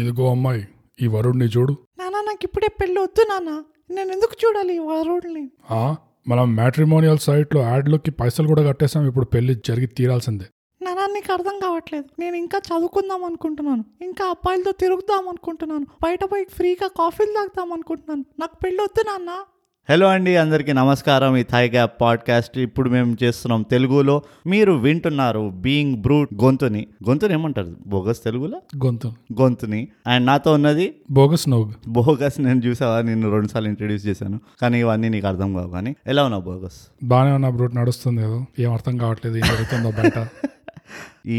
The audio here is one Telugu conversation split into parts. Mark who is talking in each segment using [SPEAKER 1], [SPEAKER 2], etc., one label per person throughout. [SPEAKER 1] ఇదిగో అమ్మాయి ఈ వరుణ్ణి చూడు
[SPEAKER 2] నానా నాకు ఇప్పుడే పెళ్ళి వద్దు నాన్న నేను ఎందుకు చూడాలి ఈ వరుణ్ణి
[SPEAKER 1] ఆ మనం మ్యాట్రిమోనియల్ సైట్లో యాడ్లోకి పైసలు కూడా కట్టేసాం ఇప్పుడు పెళ్లి జరిగి తీరాల్సిందే
[SPEAKER 2] నానా నీకు అర్థం కావట్లేదు నేను ఇంకా చదువుకుందాం అనుకుంటున్నాను ఇంకా అబ్బాయిలతో తిరుగుదాం అనుకుంటున్నాను బయట పోయి ఫ్రీగా కాఫీలు తాగుదాం అనుకుంటున్నాను నాకు పెళ్ళి వద్దు నాన్న
[SPEAKER 3] హలో అండి అందరికీ నమస్కారం ఈ థాయ్ గ్యాప్ పాడ్కాస్ట్ ఇప్పుడు మేము చేస్తున్నాం తెలుగులో మీరు వింటున్నారు బీయింగ్ బ్రూట్ గొంతుని గొంతుని ఏమంటారు బోగస్ తెలుగులో
[SPEAKER 1] గొంతు
[SPEAKER 3] గొంతుని అండ్ నాతో ఉన్నది
[SPEAKER 1] బోగస్ నోగ్
[SPEAKER 3] బోగస్ నేను చూసావా నేను రెండుసార్లు ఇంట్రడ్యూస్ చేశాను కానీ ఇవన్నీ నీకు అర్థం కావు కానీ ఎలా ఉన్నావు బోగస్
[SPEAKER 1] బాగానే ఉన్న బ్రూట్ నడుస్తుంది ఏదో ఏం అర్థం కావట్లేదు ఏం జరుగుతుందో బయట
[SPEAKER 3] ఈ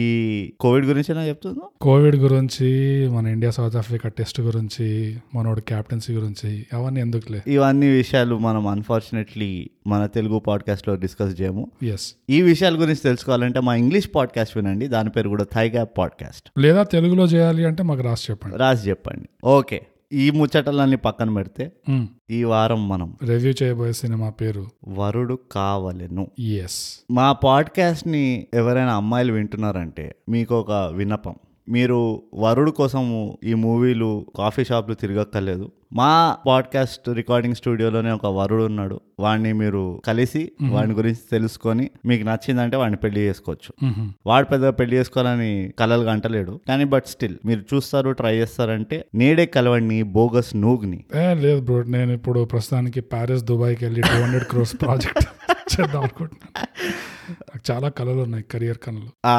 [SPEAKER 3] కోవిడ్ గురించి నా చెప్తున్నావు
[SPEAKER 1] కోవిడ్ గురించి మన ఇండియా సౌత్ ఆఫ్రికా టెస్ట్ గురించి మనోడు క్యాప్టెన్సీ గురించి అవన్నీ ఎందుకులే
[SPEAKER 3] ఇవన్నీ విషయాలు మనం అన్ఫార్చునేట్లీ మన తెలుగు పాడ్కాస్ట్లో డిస్కస్ చేయము
[SPEAKER 1] ఎస్
[SPEAKER 3] ఈ విషయాల గురించి తెలుసుకోవాలంటే మా ఇంగ్లీష్ పాడ్కాస్ట్ వినండి దాని పేరు కూడా థాయ్ గ్యాప్ పాడ్కాస్ట్
[SPEAKER 1] లేదా తెలుగులో చేయాలి అంటే మాకు రాసి చెప్పండి
[SPEAKER 3] రాసి చెప్పండి ఓకే ఈ ముచ్చటలన్నీ పక్కన పెడితే
[SPEAKER 1] మ్.
[SPEAKER 3] ఈ వారం మనం
[SPEAKER 1] రివ్యూ చేయబోయే సినిమా పేరు
[SPEAKER 3] వరుడు కావలెను
[SPEAKER 1] ఎస్
[SPEAKER 3] మా పాడ్కాస్ట్ని ఎవరైనా అమ్మాయిలు వింటున్నారంటే మీకు ఒక విన్నపం మీరు వరుడు కోసము ఈ మూవీలు కాఫీ షాప్లు తిరగక్కర్లేదు మా పాడ్కాస్ట్ రికార్డింగ్ స్టూడియోలోనే ఒక వరుడు ఉన్నాడు వాడిని మీరు కలిసి వాడి గురించి తెలుసుకొని మీకు నచ్చిందంటే వాడిని పెళ్లి చేసుకోవచ్చు
[SPEAKER 1] మ్హూ.
[SPEAKER 3] వాడు పెద్దగా పెళ్లి చేసుకోవాలని కలలు గంటలేడు కానీ బట్ స్టిల్ మీరు చూస్తారు ట్రై చేస్తారంటే నేడే కలవండి బోగస్ నూగ్ని
[SPEAKER 1] ఏ Eh, లేదు బ్రో నేను ఇప్పుడు ప్రస్తుతానికి ప్యారిస్ దుబాయ్కి వెళ్ళి టూ హండ్రెడ్ క్రోర్స్ ప్రాజెక్ట్ చేద్దాం అనుకుంటున్నాను నాకు చాలా కళలు ఉన్నాయి కెరియర్ కళలు
[SPEAKER 3] ఆ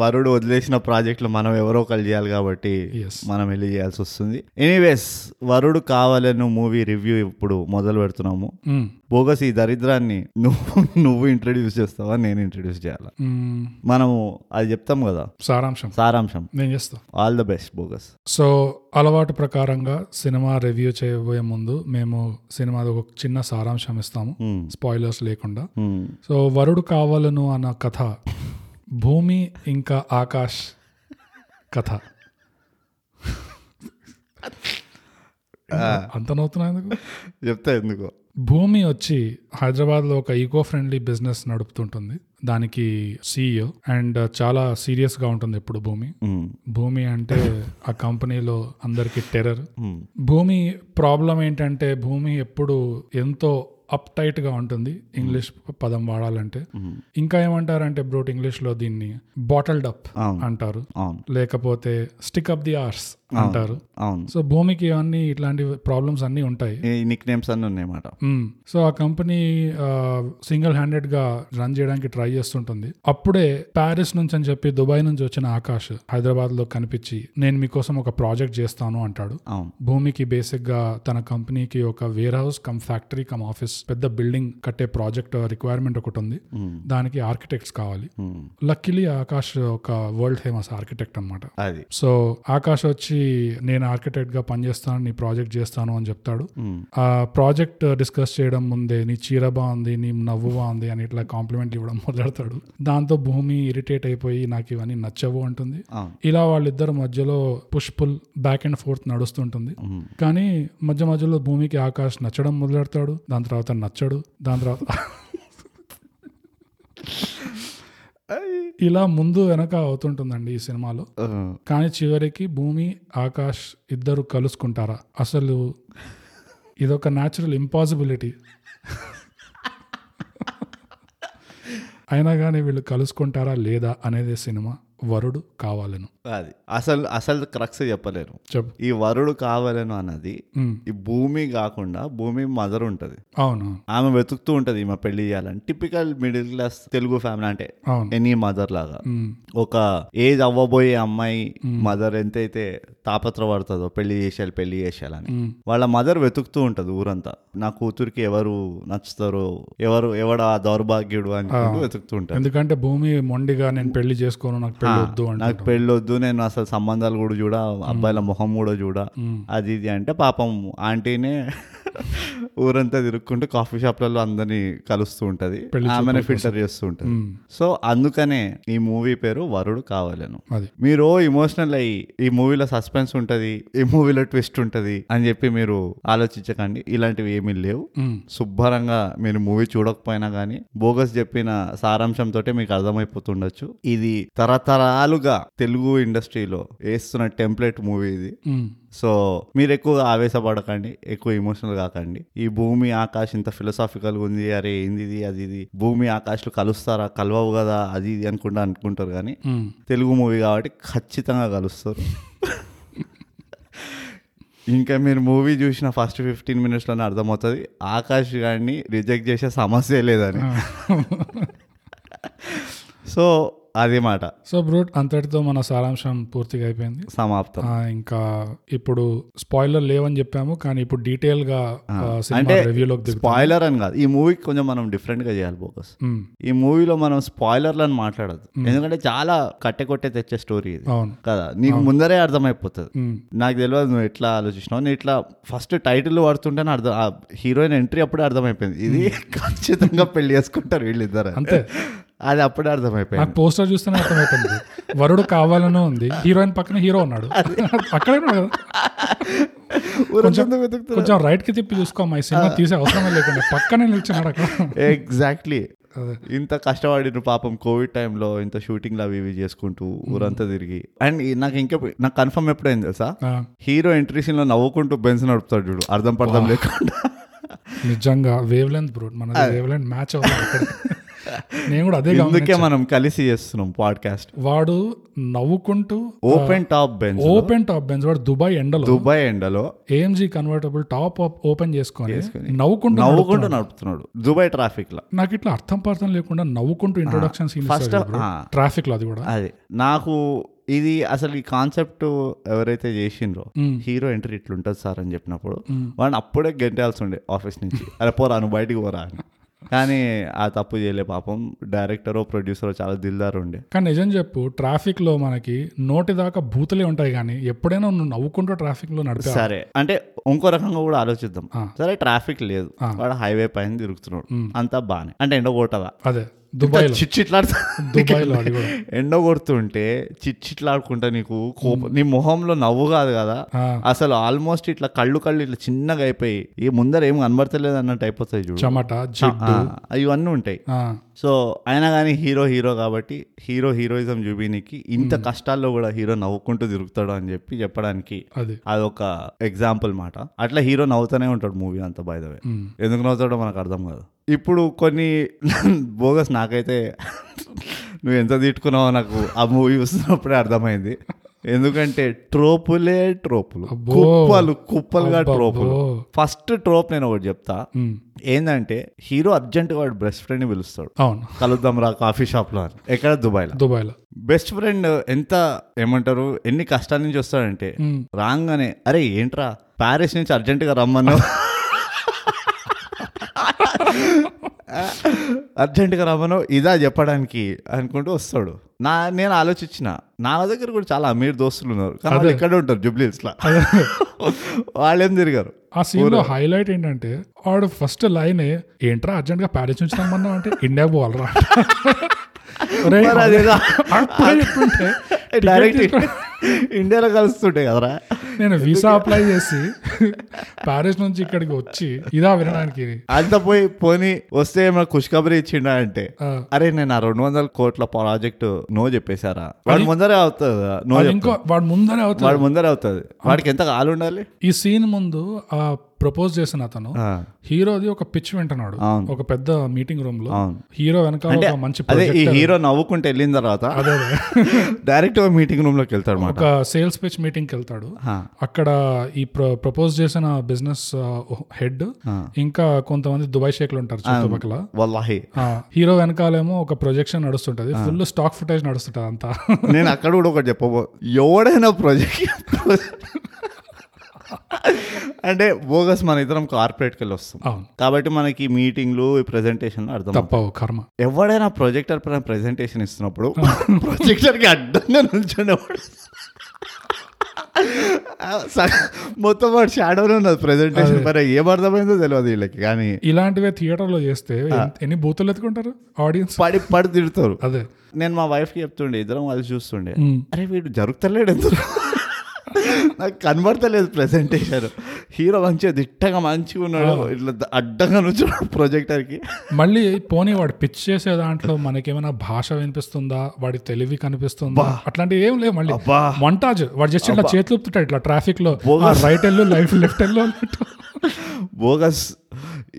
[SPEAKER 3] వరుడు వదిలేసిన ప్రాజెక్టులు మనం ఎవరో ఒకరు చేయాలి కాబట్టి
[SPEAKER 1] ఎస్
[SPEAKER 3] మనం వెళ్ళి చేయాల్సి వస్తుంది ఎనీవేస్ వరుడు కావాలను మూవీ రివ్యూ ఇప్పుడు మొదలు పెడుతున్నాము బోగస్ ఈ దరిద్రాన్ని నువ్వు నువ్వు ఇంట్రడ్యూస్ చేస్తావా నేను ఇంట్రడ్యూస్ చేయాలా మనము అది చెప్తాం కదా
[SPEAKER 1] సారాంశం
[SPEAKER 3] సారాంశం
[SPEAKER 1] నేను చేస్తా
[SPEAKER 3] all the best bogus
[SPEAKER 1] so అలవాటు ప్రకారంగా సినిమా రివ్యూ చేయబోయే ముందు మేము సినిమా ఒక చిన్న సారాంశం ఇస్తాము
[SPEAKER 3] మ్మ్.
[SPEAKER 1] స్పాయిలర్స్ లేకుండా
[SPEAKER 3] మ్మ్.
[SPEAKER 1] సో వరుడు కావాలను అన్న కథ భూమి ఇంకా ఆకాష్ కథ అంత నవ్వుతున్నా ఎందుకు
[SPEAKER 3] చెప్తా ఎందుకో
[SPEAKER 1] భూమి వచ్చి హైదరాబాద్లో ఒక ఈకో ఫ్రెండ్లీ బిజినెస్ నడుపుతుంటుంది దానికి సీఈఓ అండ్ చాలా సీరియస్గా ఉంటుంది ఇప్పుడు భూమి
[SPEAKER 3] మ్మ్.
[SPEAKER 1] భూమి అంటే ఆ కంపెనీలో అందరికీ టెర్రర్
[SPEAKER 3] మ్మ్.
[SPEAKER 1] భూమి ప్రాబ్లం ఏంటంటే భూమి ఎప్పుడు ఎంతో అప్ టైట్ గా ఉంటుంది ఇంగ్లీష్ పదం వాడాలంటే
[SPEAKER 3] Hmm.
[SPEAKER 1] ఇంకా ఏమంటారంటే బ్రోట్ ఇంగ్లీష్ లో దీన్ని బాటల్డ్ అప్
[SPEAKER 3] అవును.
[SPEAKER 1] అంటారు
[SPEAKER 3] అవును
[SPEAKER 1] లేకపోతే స్టిక్ అప్ ది ఆర్స్ అంటారు
[SPEAKER 3] అవును
[SPEAKER 1] సో భూమికి అన్ని ఇట్లాంటి ప్రాబ్లమ్స్ అన్ని ఉంటాయి
[SPEAKER 3] ఈ నిక్ నేమ్స్ అన్నీ ఉన్నాయన్నమాట
[SPEAKER 1] మ్మ్. సో ఆ కంపెనీ సింగిల్ హ్యాండెడ్ గా రన్ చేయడానికి ట్రై చేస్తుంటుంది అప్పుడే ప్యారిస్ నుంచి అని చెప్పి దుబాయ్ నుంచి వచ్చిన ఆకాష్ హైదరాబాద్ లో కనిపించి నేను మీకోసం ఒక ప్రాజెక్ట్ చేస్తాను అంటాడు
[SPEAKER 3] అవును
[SPEAKER 1] భూమికి బేసిక్ గా తన కంపెనీకి ఒక warehouse cum factory cum office పెద్ద బిల్డింగ్ కట్టే ప్రాజెక్ట్ రిక్వైర్మెంట్ ఒకటి ఉంది
[SPEAKER 3] మ్మ్.
[SPEAKER 1] దానికి ఆర్కిటెక్ట్స్ కావాలి
[SPEAKER 3] మ్మ్.
[SPEAKER 1] లక్కీలీ ఆకాష్ ఒక వరల్డ్ ఫేమస్ ఆర్కిటెక్ట్ అన్నమాట
[SPEAKER 3] అది
[SPEAKER 1] సో ఆకాష్ వచ్చి నేను ఆర్కిటెక్ట్ గా పనిచేస్తాను నీ ప్రాజెక్ట్ చేస్తాను అని చెప్తాడు
[SPEAKER 3] మ్మ్.
[SPEAKER 1] ఆ ప్రాజెక్ట్ డిస్కస్ చేయడం ముందే నీ చీర బాగుంది నీ నవ్వు బాగుంది అని ఇట్లా కాంప్లిమెంట్ ఇవ్వడం మొదలెడతాడు దాంతో భూమి ఇరిటేట్ అయిపోయి నాకు ఇవన్నీ నచ్చవు అంటుంది
[SPEAKER 3] అవును
[SPEAKER 1] ఇలా వాళ్ళిద్దరు మధ్యలో push pull back and forth నడుస్తుంటుంది
[SPEAKER 3] మ్మ్.
[SPEAKER 1] కానీ మధ్య మధ్యలో భూమికి ఆకాష్ నచ్చడం మొదలెడతాడు దాని తర్వాత నచ్చడు దాని తర్వాత ఇలా ముందు వెనక అవుతుంటుందండి ఈ సినిమాలో
[SPEAKER 3] ఆ,
[SPEAKER 1] కానీ చివరికి భూమి ఆకాష్ ఇద్దరు కలుసుకుంటారా అసలు ఇదొక న్యాచురల్ ఇంపాసిబిలిటీ అయినా కానీ వీళ్ళు కలుసుకుంటారా లేదా అనేది సినిమా వరుడు కావాలను
[SPEAKER 3] అది అసలు అసలు క్రక్స్ చెప్పలేను
[SPEAKER 1] చెప్పు
[SPEAKER 3] ఈ వరుడు కావాలను అన్నది
[SPEAKER 1] ఉమ్,
[SPEAKER 3] ఈ భూమి కాకుండా భూమి మదర్ ఉంటది
[SPEAKER 1] అవును
[SPEAKER 3] ఆమె వెతుకుతూ ఉంటది ఈమె పెళ్లి చేయాలని typical middle class Telugu family అంటే
[SPEAKER 1] అవును
[SPEAKER 3] ఎనీ మదర్ లాగా
[SPEAKER 1] ఉమ్,
[SPEAKER 3] ఒక ఏజ్ అవ్వబోయే అమ్మాయి మదర్ ఎంతైతే తాపత్రపడుతుందో పెళ్లి చేసేయాలి పెళ్లి చేసేయాలని
[SPEAKER 1] ఉమ్,
[SPEAKER 3] వాళ్ళ మదర్ వెతుకుతూ ఉంటది ఊరంతా నా కూతురికి ఎవరు నచ్చుతారో ఎవరు ఎవడా దౌర్భాగ్యుడు అని వెతుకుతూ ఉంటారు
[SPEAKER 1] ఎందుకంటే భూమి మొండిగా నేను పెళ్లి చేసుకోను నాకు పెళ్లి వద్దు అంటే
[SPEAKER 3] నాకు పెళ్ళొద్దు నేను అసలు సంబంధాలు కూడా చూడ అబ్బాయిల మొహం కూడా చూడ అది ఇది అంటే పాపం ఆంటీనే ఊరంతా తిరుక్కుంటూ కాఫీ షాప్లలో అందరినీ కలుస్తూ ఉంటుంది
[SPEAKER 1] పెళ్లి
[SPEAKER 3] ఆమెనే ఫిల్టర్ చేస్తూ ఉంటుంది సో అందుకనే ఈ మూవీ పేరు వరుడు కావాలను
[SPEAKER 1] అది
[SPEAKER 3] మీరు ఇమోషనల్ అయ్యి ఈ మూవీలో సస్పెన్స్ ఉంటుంది ఈ మూవీలో ట్విస్ట్ ఉంటుంది అని చెప్పి మీరు ఆలోచించకండి ఇలాంటివి ఏమీ లేవు
[SPEAKER 1] మ్మ్.
[SPEAKER 3] శుభ్రంగా మీరు మూవీ చూడకపోయినా కానీ బోగస్ చెప్పిన సారాంశంతో మీకు అర్థమైపోతుండొచ్చు ఇది తరతరాలుగా తెలుగు ఇండస్ట్రీలో వేస్తున్న టెంప్లెట్ మూవీ ఇది
[SPEAKER 1] మ్మ్.
[SPEAKER 3] సో మీరు ఎక్కువ ఆవేశపడకండి ఎక్కువ ఎమోషనల్ కాకండి ఈ భూమి ఆకాశ్ ఇంత ఫిలసాఫికల్గా ఉంది అరే ఏంది ఇది అది ఇది భూమి ఆకాశ్లు కలుస్తారా కలవవు కదా అది ఇది అనుకుంటా అనుకుంటారు కానీ
[SPEAKER 1] మ్మ్.
[SPEAKER 3] తెలుగు మూవీ కాబట్టి ఖచ్చితంగా కలుస్తారు ఇంకా మీరు మూవీ చూసిన ఫస్ట్ ఫిఫ్టీన్ మినిట్స్లోనే అర్థమవుతుంది ఆకాష్ గారిని రిజెక్ట్ చేసే సమస్య లేదని సో అది మాట
[SPEAKER 1] సో బ్రూట్ అంతటితో మన సారాంశం పూర్తిగా అయిపోయింది
[SPEAKER 3] సమాప్తం
[SPEAKER 1] ఆ, ఇంకా ఇప్పుడు స్పాయిలర్ లేవని చెప్పాము కానీ ఇప్పుడు డీటెయిల్ గా ఆ, సినిమా
[SPEAKER 3] అంటే
[SPEAKER 1] రివ్యూలోకి దిగు
[SPEAKER 3] స్పాయిలర్ అని కాదు ఈ మూవీకి కొంచెం మనం డిఫరెంట్గా చేయాలి ఫోకస్
[SPEAKER 1] మ్మ్.
[SPEAKER 3] ఈ మూవీలో మనం స్పాయిలర్లను మాట్లాడదు ఎందుకంటే చాలా కట్టెకొట్టే తెచ్చే స్టోరీ ఇది
[SPEAKER 1] అవును
[SPEAKER 3] కదా నీకు ముందరే అర్థమైపోతుంది
[SPEAKER 1] మ్మ్.
[SPEAKER 3] నాకు తెలియదు నువ్వు ఎట్లా ఆలోచించినావు నేను ఇట్లా ఫస్ట్ టైటిల్ పడుతుంటేనే అర్థం ఆ హీరోయిన్ ఎంట్రీ అప్పుడే అర్థమైపోయింది ఇది ఖచ్చితంగా పెళ్లి చేసుకుంటారు వీళ్ళిద్దరు అని.
[SPEAKER 1] అంతే
[SPEAKER 3] అది అప్పుడే అర్థమైపోయింది
[SPEAKER 1] నాకు పోస్టర్ చూస్తేనే అర్థమవుతుంది వరుడు కావాలనే ఉంది హీరోయిన్ పక్కన హీరో ఉన్నాడు అక్కడే ఉన్నాడు కదా
[SPEAKER 3] ఊరంతా వెతుకుతున్నారు.
[SPEAKER 1] కొంచెం రైట్ కి తిప్పి చూసుకోమ్మా ఈ సినిమా తీసే అవసరమే లేకుండా పక్కనే నిల్చున్నాడు అక్కడ
[SPEAKER 3] ఎగ్జాక్ట్లీ ఇంత కష్టపడి నువ్వు పాపం కోవిడ్ టైంలో ఇంత షూటింగ్లు అవి ఇవి చేసుకుంటూ ఊరంతా తిరిగి అండ్ ఈ- నాకు ఇంకా నాకు కన్ఫర్మ్ ఎప్పుడైంది తెలుసా
[SPEAKER 1] ఆ,
[SPEAKER 3] హీరో ఎంట్రీ సీన్లో నవ్వుకుంటూ బెన్స్ నడుపుతాడు చూడు అర్థం పర్థం లేకుండా
[SPEAKER 1] నిజంగా వేవ్ లెంత్ బ్రో మన వేవ్ లెంత్ మ్యాచ్ అవుతుంది అక్కడ. నేను కూడా అదే
[SPEAKER 3] అందుకే
[SPEAKER 1] గమనించాను
[SPEAKER 3] మనం కలిసి చేస్తున్నాం పాడ్కాస్ట్
[SPEAKER 1] వాడు నవ్వుకుంటూ
[SPEAKER 3] open top Benz
[SPEAKER 1] open top Benz వాడు దుబాయ్ ఎండలో
[SPEAKER 3] దుబాయ్ ఎండలో
[SPEAKER 1] ఏఎంజీ కన్వర్టబుల్ టాప్ ఓపెన్ చేసుకొని
[SPEAKER 3] చేసుకొని
[SPEAKER 1] నవ్వుకుంటూ
[SPEAKER 3] నవ్వుకుంటూ నడుపుతున్నాడు దుబాయ్ ట్రాఫిక్ లో
[SPEAKER 1] నాకు ఇట్లా అర్థం పర్థం లేకుండా నవ్వుకుంటూ ఇంట్రొడక్షన్ సీన్
[SPEAKER 3] ఫస్ట్
[SPEAKER 1] ట్రాఫిక్ లో అది కూడా
[SPEAKER 3] అది నాకు ఇది అసలు ఈ కాన్సెప్ట్ ఎవరైతే చేసిండ్రో హీరో ఎంట్రీ ఇట్లుంటుంది సార్ అని చెప్పినప్పుడు వాడిని అప్పుడే గెంటాల్సి ఉండే ఆఫీస్ నుంచి అరే పోరా నువ్వు బయటికి పోరా అని కానీ ఆ తప్పు చేయలే పాపం డైరెక్టరో ప్రొడ్యూసరో చాలా దిల్దారు ఉండే
[SPEAKER 1] కానీ నిజం చెప్పు ట్రాఫిక్ లో మనకి నోటి దాకా బూతులే ఉంటాయి కానీ ఎప్పుడైనా నువ్వు నవ్వుకుంటూ ట్రాఫిక్ లో నడిపా
[SPEAKER 3] సరే అంటే ఇంకో రకంగా కూడా ఆలోచిద్దాం సరే ట్రాఫిక్ లేదు వాడు హైవే పైన తిరుగుతున్నాడు అంతా బానే అంటే ఎండ కొట్టదా
[SPEAKER 1] అదే దుబాయ్ లో
[SPEAKER 3] చిట్లాడుతా
[SPEAKER 1] దుబాయ్ లో అది కూడా
[SPEAKER 3] ఎండ కొడుతుంటే చిట్లాడుకుంటా నీకు కోపం నీ మొహంలో నవ్వు కాదు కదా
[SPEAKER 1] ఆ.
[SPEAKER 3] అసలు ఆల్మోస్ట్ ఇట్లా కళ్ళు కళ్ళు ఇట్లా చిన్నగా అయిపోయి ఈ ముందర ఏం కనబడతలేదు అన్నట్టు అయిపోతాయి చూడు
[SPEAKER 1] చెమట జిడ్డు
[SPEAKER 3] ఆ, ఇవన్నీ ఉంటాయి
[SPEAKER 1] ఆ,
[SPEAKER 3] సో అయినా కానీ హీరో హీరో కాబట్టి హీరో హీరోయిజం చూపినికి ఇంత కష్టాల్లో కూడా హీరో నవ్వుకుంటూ తిరుగుతాడు అని చెప్పి చెప్పడానికి
[SPEAKER 1] అది
[SPEAKER 3] అదొక ఎగ్జాంపుల్ మాట అట్లా హీరో నవ్వుతూనే ఉంటాడు మూవీ అంత బై ద వే
[SPEAKER 1] మ్మ్.
[SPEAKER 3] ఎందుకు నవ్వుతాడో మనకు అర్థం కాదు ఇప్పుడు కొన్ని బోగస్ నాకైతే నువ్వు ఎంత తిట్టుకున్నావో నాకు ఆ మూవీ చూస్తున్నప్పుడే అర్థమైంది ఎందుకంటే ట్రోపులే ట్రోపులు
[SPEAKER 1] అబ్బో.
[SPEAKER 3] కుప్పలు కుప్పలుగా
[SPEAKER 1] అబ్బబ్బో.
[SPEAKER 3] ట్రోపులు ఫస్ట్ ట్రోప్ నేను ఒకటి చెప్తా
[SPEAKER 1] ఉమ్,
[SPEAKER 3] ఏంటంటే హీరో అర్జెంటుగా వాడు బెస్ట్ ఫ్రెండ్ని పిలుస్తాడు
[SPEAKER 1] అవును
[SPEAKER 3] కలుద్దాం రా కాఫీ షాప్లో అని ఎక్కడ దుబాయ్లో
[SPEAKER 1] దుబాయ్ లో
[SPEAKER 3] బెస్ట్ ఫ్రెండ్ ఎంత ఏమంటారు ఎన్ని కష్టాల నుంచి వస్తాడంటే
[SPEAKER 1] ఉమ్,
[SPEAKER 3] రాగానే అరే ఏంట్రా ప్యారిస్ నుంచి అర్జెంటుగా రమ్మన్నావు అర్జెంటుగా రమ్మన్నావు ఇదా చెప్పడానికి అనుకుంటూ వస్తాడు నా నేను ఆలోచించిన నా దగ్గర కూడా చాలా అమీర్ దోస్తులు ఉన్నారు కానీ వాళ్ళు ఎక్కడ ఉంటారు జుబ్లీస్లా వాళ్ళేం తిరిగారు
[SPEAKER 1] ఆ సీన్ లో హైలైట్ ఏంటంటే వాడు ఫస్ట్ లైన్ ఏంట్రా అర్జెంట్ గా ప్యారిస్ నుంచి రమ్మన్నావు అంటే ఇండియా పోవాలరా ఒరేయ్,
[SPEAKER 3] మరి అదేదో
[SPEAKER 1] అప్పుడే చెప్పుంటే
[SPEAKER 3] డైరెక్ట్
[SPEAKER 1] ticket
[SPEAKER 3] ఇండియాలో కలుస్తుంటే కదరా
[SPEAKER 1] నేను వీసా అప్లై చేసి ప్యారిస్ నుంచి ఇక్కడికి వచ్చి ఇదా వినడానికి
[SPEAKER 3] అంత పోయి పోని వస్తే ఏమైనా ఖుష్ఖబరీ ఇచ్చిండా అంటే
[SPEAKER 1] ఆ.
[SPEAKER 3] అరే నేను ఆ రెండు వందల కోట్ల ప్రాజెక్ట్ నో చెప్పేశారా వాడు ముందరే అవుతుంది నో
[SPEAKER 1] అది
[SPEAKER 3] చెప్తా
[SPEAKER 1] ఇంకో వాడు ముందరే అవుతాడు
[SPEAKER 3] వాడు ముందరే అవుతుంది వాడికి ఎంత కాలు ఉండాలి
[SPEAKER 1] ఈ సీన్ ముందు ఆ ప్రపోజ్ చేసిన అతను
[SPEAKER 3] ఆ,
[SPEAKER 1] హీరోది ఒక పిచ్ వింటున్నాడు
[SPEAKER 3] అవును.
[SPEAKER 1] ఒక పెద్ద మీటింగ్ రూమ్ లో
[SPEAKER 3] అవును.
[SPEAKER 1] హీరో వెనకాల
[SPEAKER 3] అంటే
[SPEAKER 1] ఒక మంచి
[SPEAKER 3] అదే ఈ
[SPEAKER 1] projector.
[SPEAKER 3] హీరో నవ్వుకుంటే వెళ్ళిన తర్వాత
[SPEAKER 1] అదే అదే.
[SPEAKER 3] డైరెక్ట్ మీటింగ్ రూమ్ లోకి వెళ్తాడు మాట
[SPEAKER 1] ఒక సేల్స్ పిచ్ మీటింగ్ కి వెళ్తాడు
[SPEAKER 3] ఆ.
[SPEAKER 1] అక్కడ ఈ ప్రపోజ్ చేసిన బిజినెస్ హెడ్ ఇంకా కొంతమంది దుబాయ్ షేక్లు ఉంటారు చుట్టుపక్కల
[SPEAKER 3] వల్లాహి
[SPEAKER 1] ఆ, హీరో వెనకాలేమో ఒక ప్రొజెక్షన్ నడుస్తుంటది ఫుల్ స్టాక్ ఫుటేజ్ నడుస్తుంటది అంతా
[SPEAKER 3] నేను అక్కడ కూడా ఒకటి చెప్పబో ఎవడైనా ప్రాజెక్ట్ అంటే బోగస్ మన ఇద్దరం కార్పొరేట్కి వెళ్ళి వస్తాం
[SPEAKER 1] అవును
[SPEAKER 3] కాబట్టి మనకి ఈ మీటింగ్లు ఈ ప్రెజెంటేషన్లు అర్థం
[SPEAKER 1] తప్పవు కర్మ
[SPEAKER 3] ఎవడైనా ప్రొజెక్టర్ పైన ప్రెజెంటేషన్ ఇస్తున్నప్పుడు ప్రొజెక్టర్కి అడ్డంగా నిల్చుండేవాడు సగ- మొత్తం వాడు షాడోలో ఉన్నది ప్రెజెంటేషన్ మరి ఏమర్థమైందో తెలియదు వీళ్ళకి కానీ
[SPEAKER 1] ఇలాంటివే థియేటర్లో చేస్తే ఎన్- ఎన్ని బూతులు ఎత్తుకుంటారు ఆడియన్స్
[SPEAKER 3] పడి పడి తిడతారు
[SPEAKER 1] అదే
[SPEAKER 3] నేను మా వైఫ్కి చెప్తుండే ఇద్దరం కలిసి చూస్తుండే
[SPEAKER 1] మ్మ్.
[SPEAKER 3] అరే వీడు జరుగుతలేడు ఎందుకు నాకు కనబడతలేదు ప్రెజెంటేషన్ హీరో మంచిగా దిట్టగా మంచిగా ఉన్నాడు ఇట్లా ద- అడ్డంగా నుంచున్నాడు ప్రొజెక్టర్కి
[SPEAKER 1] మళ్ళీ పోనీ వాడు పిచ్ చేసే దాంట్లో మనకేమైనా భాష వినిపిస్తుందా వాడి తెలివి కనిపిస్తుందా అట్లాంటివి ఏం లేవు మళ్ళీ
[SPEAKER 3] అబ్బా.
[SPEAKER 1] మొంటాజ్ వాడు జస్ట్ ఇట్లా చేతులు ఊపుతుంటాడు ఇట్లా ట్రాఫిక్ లో రైట్ ఎల్లు లైఫ్ లెఫ్ట్ ఎల్లు అన్నట్టు.
[SPEAKER 3] బోగస్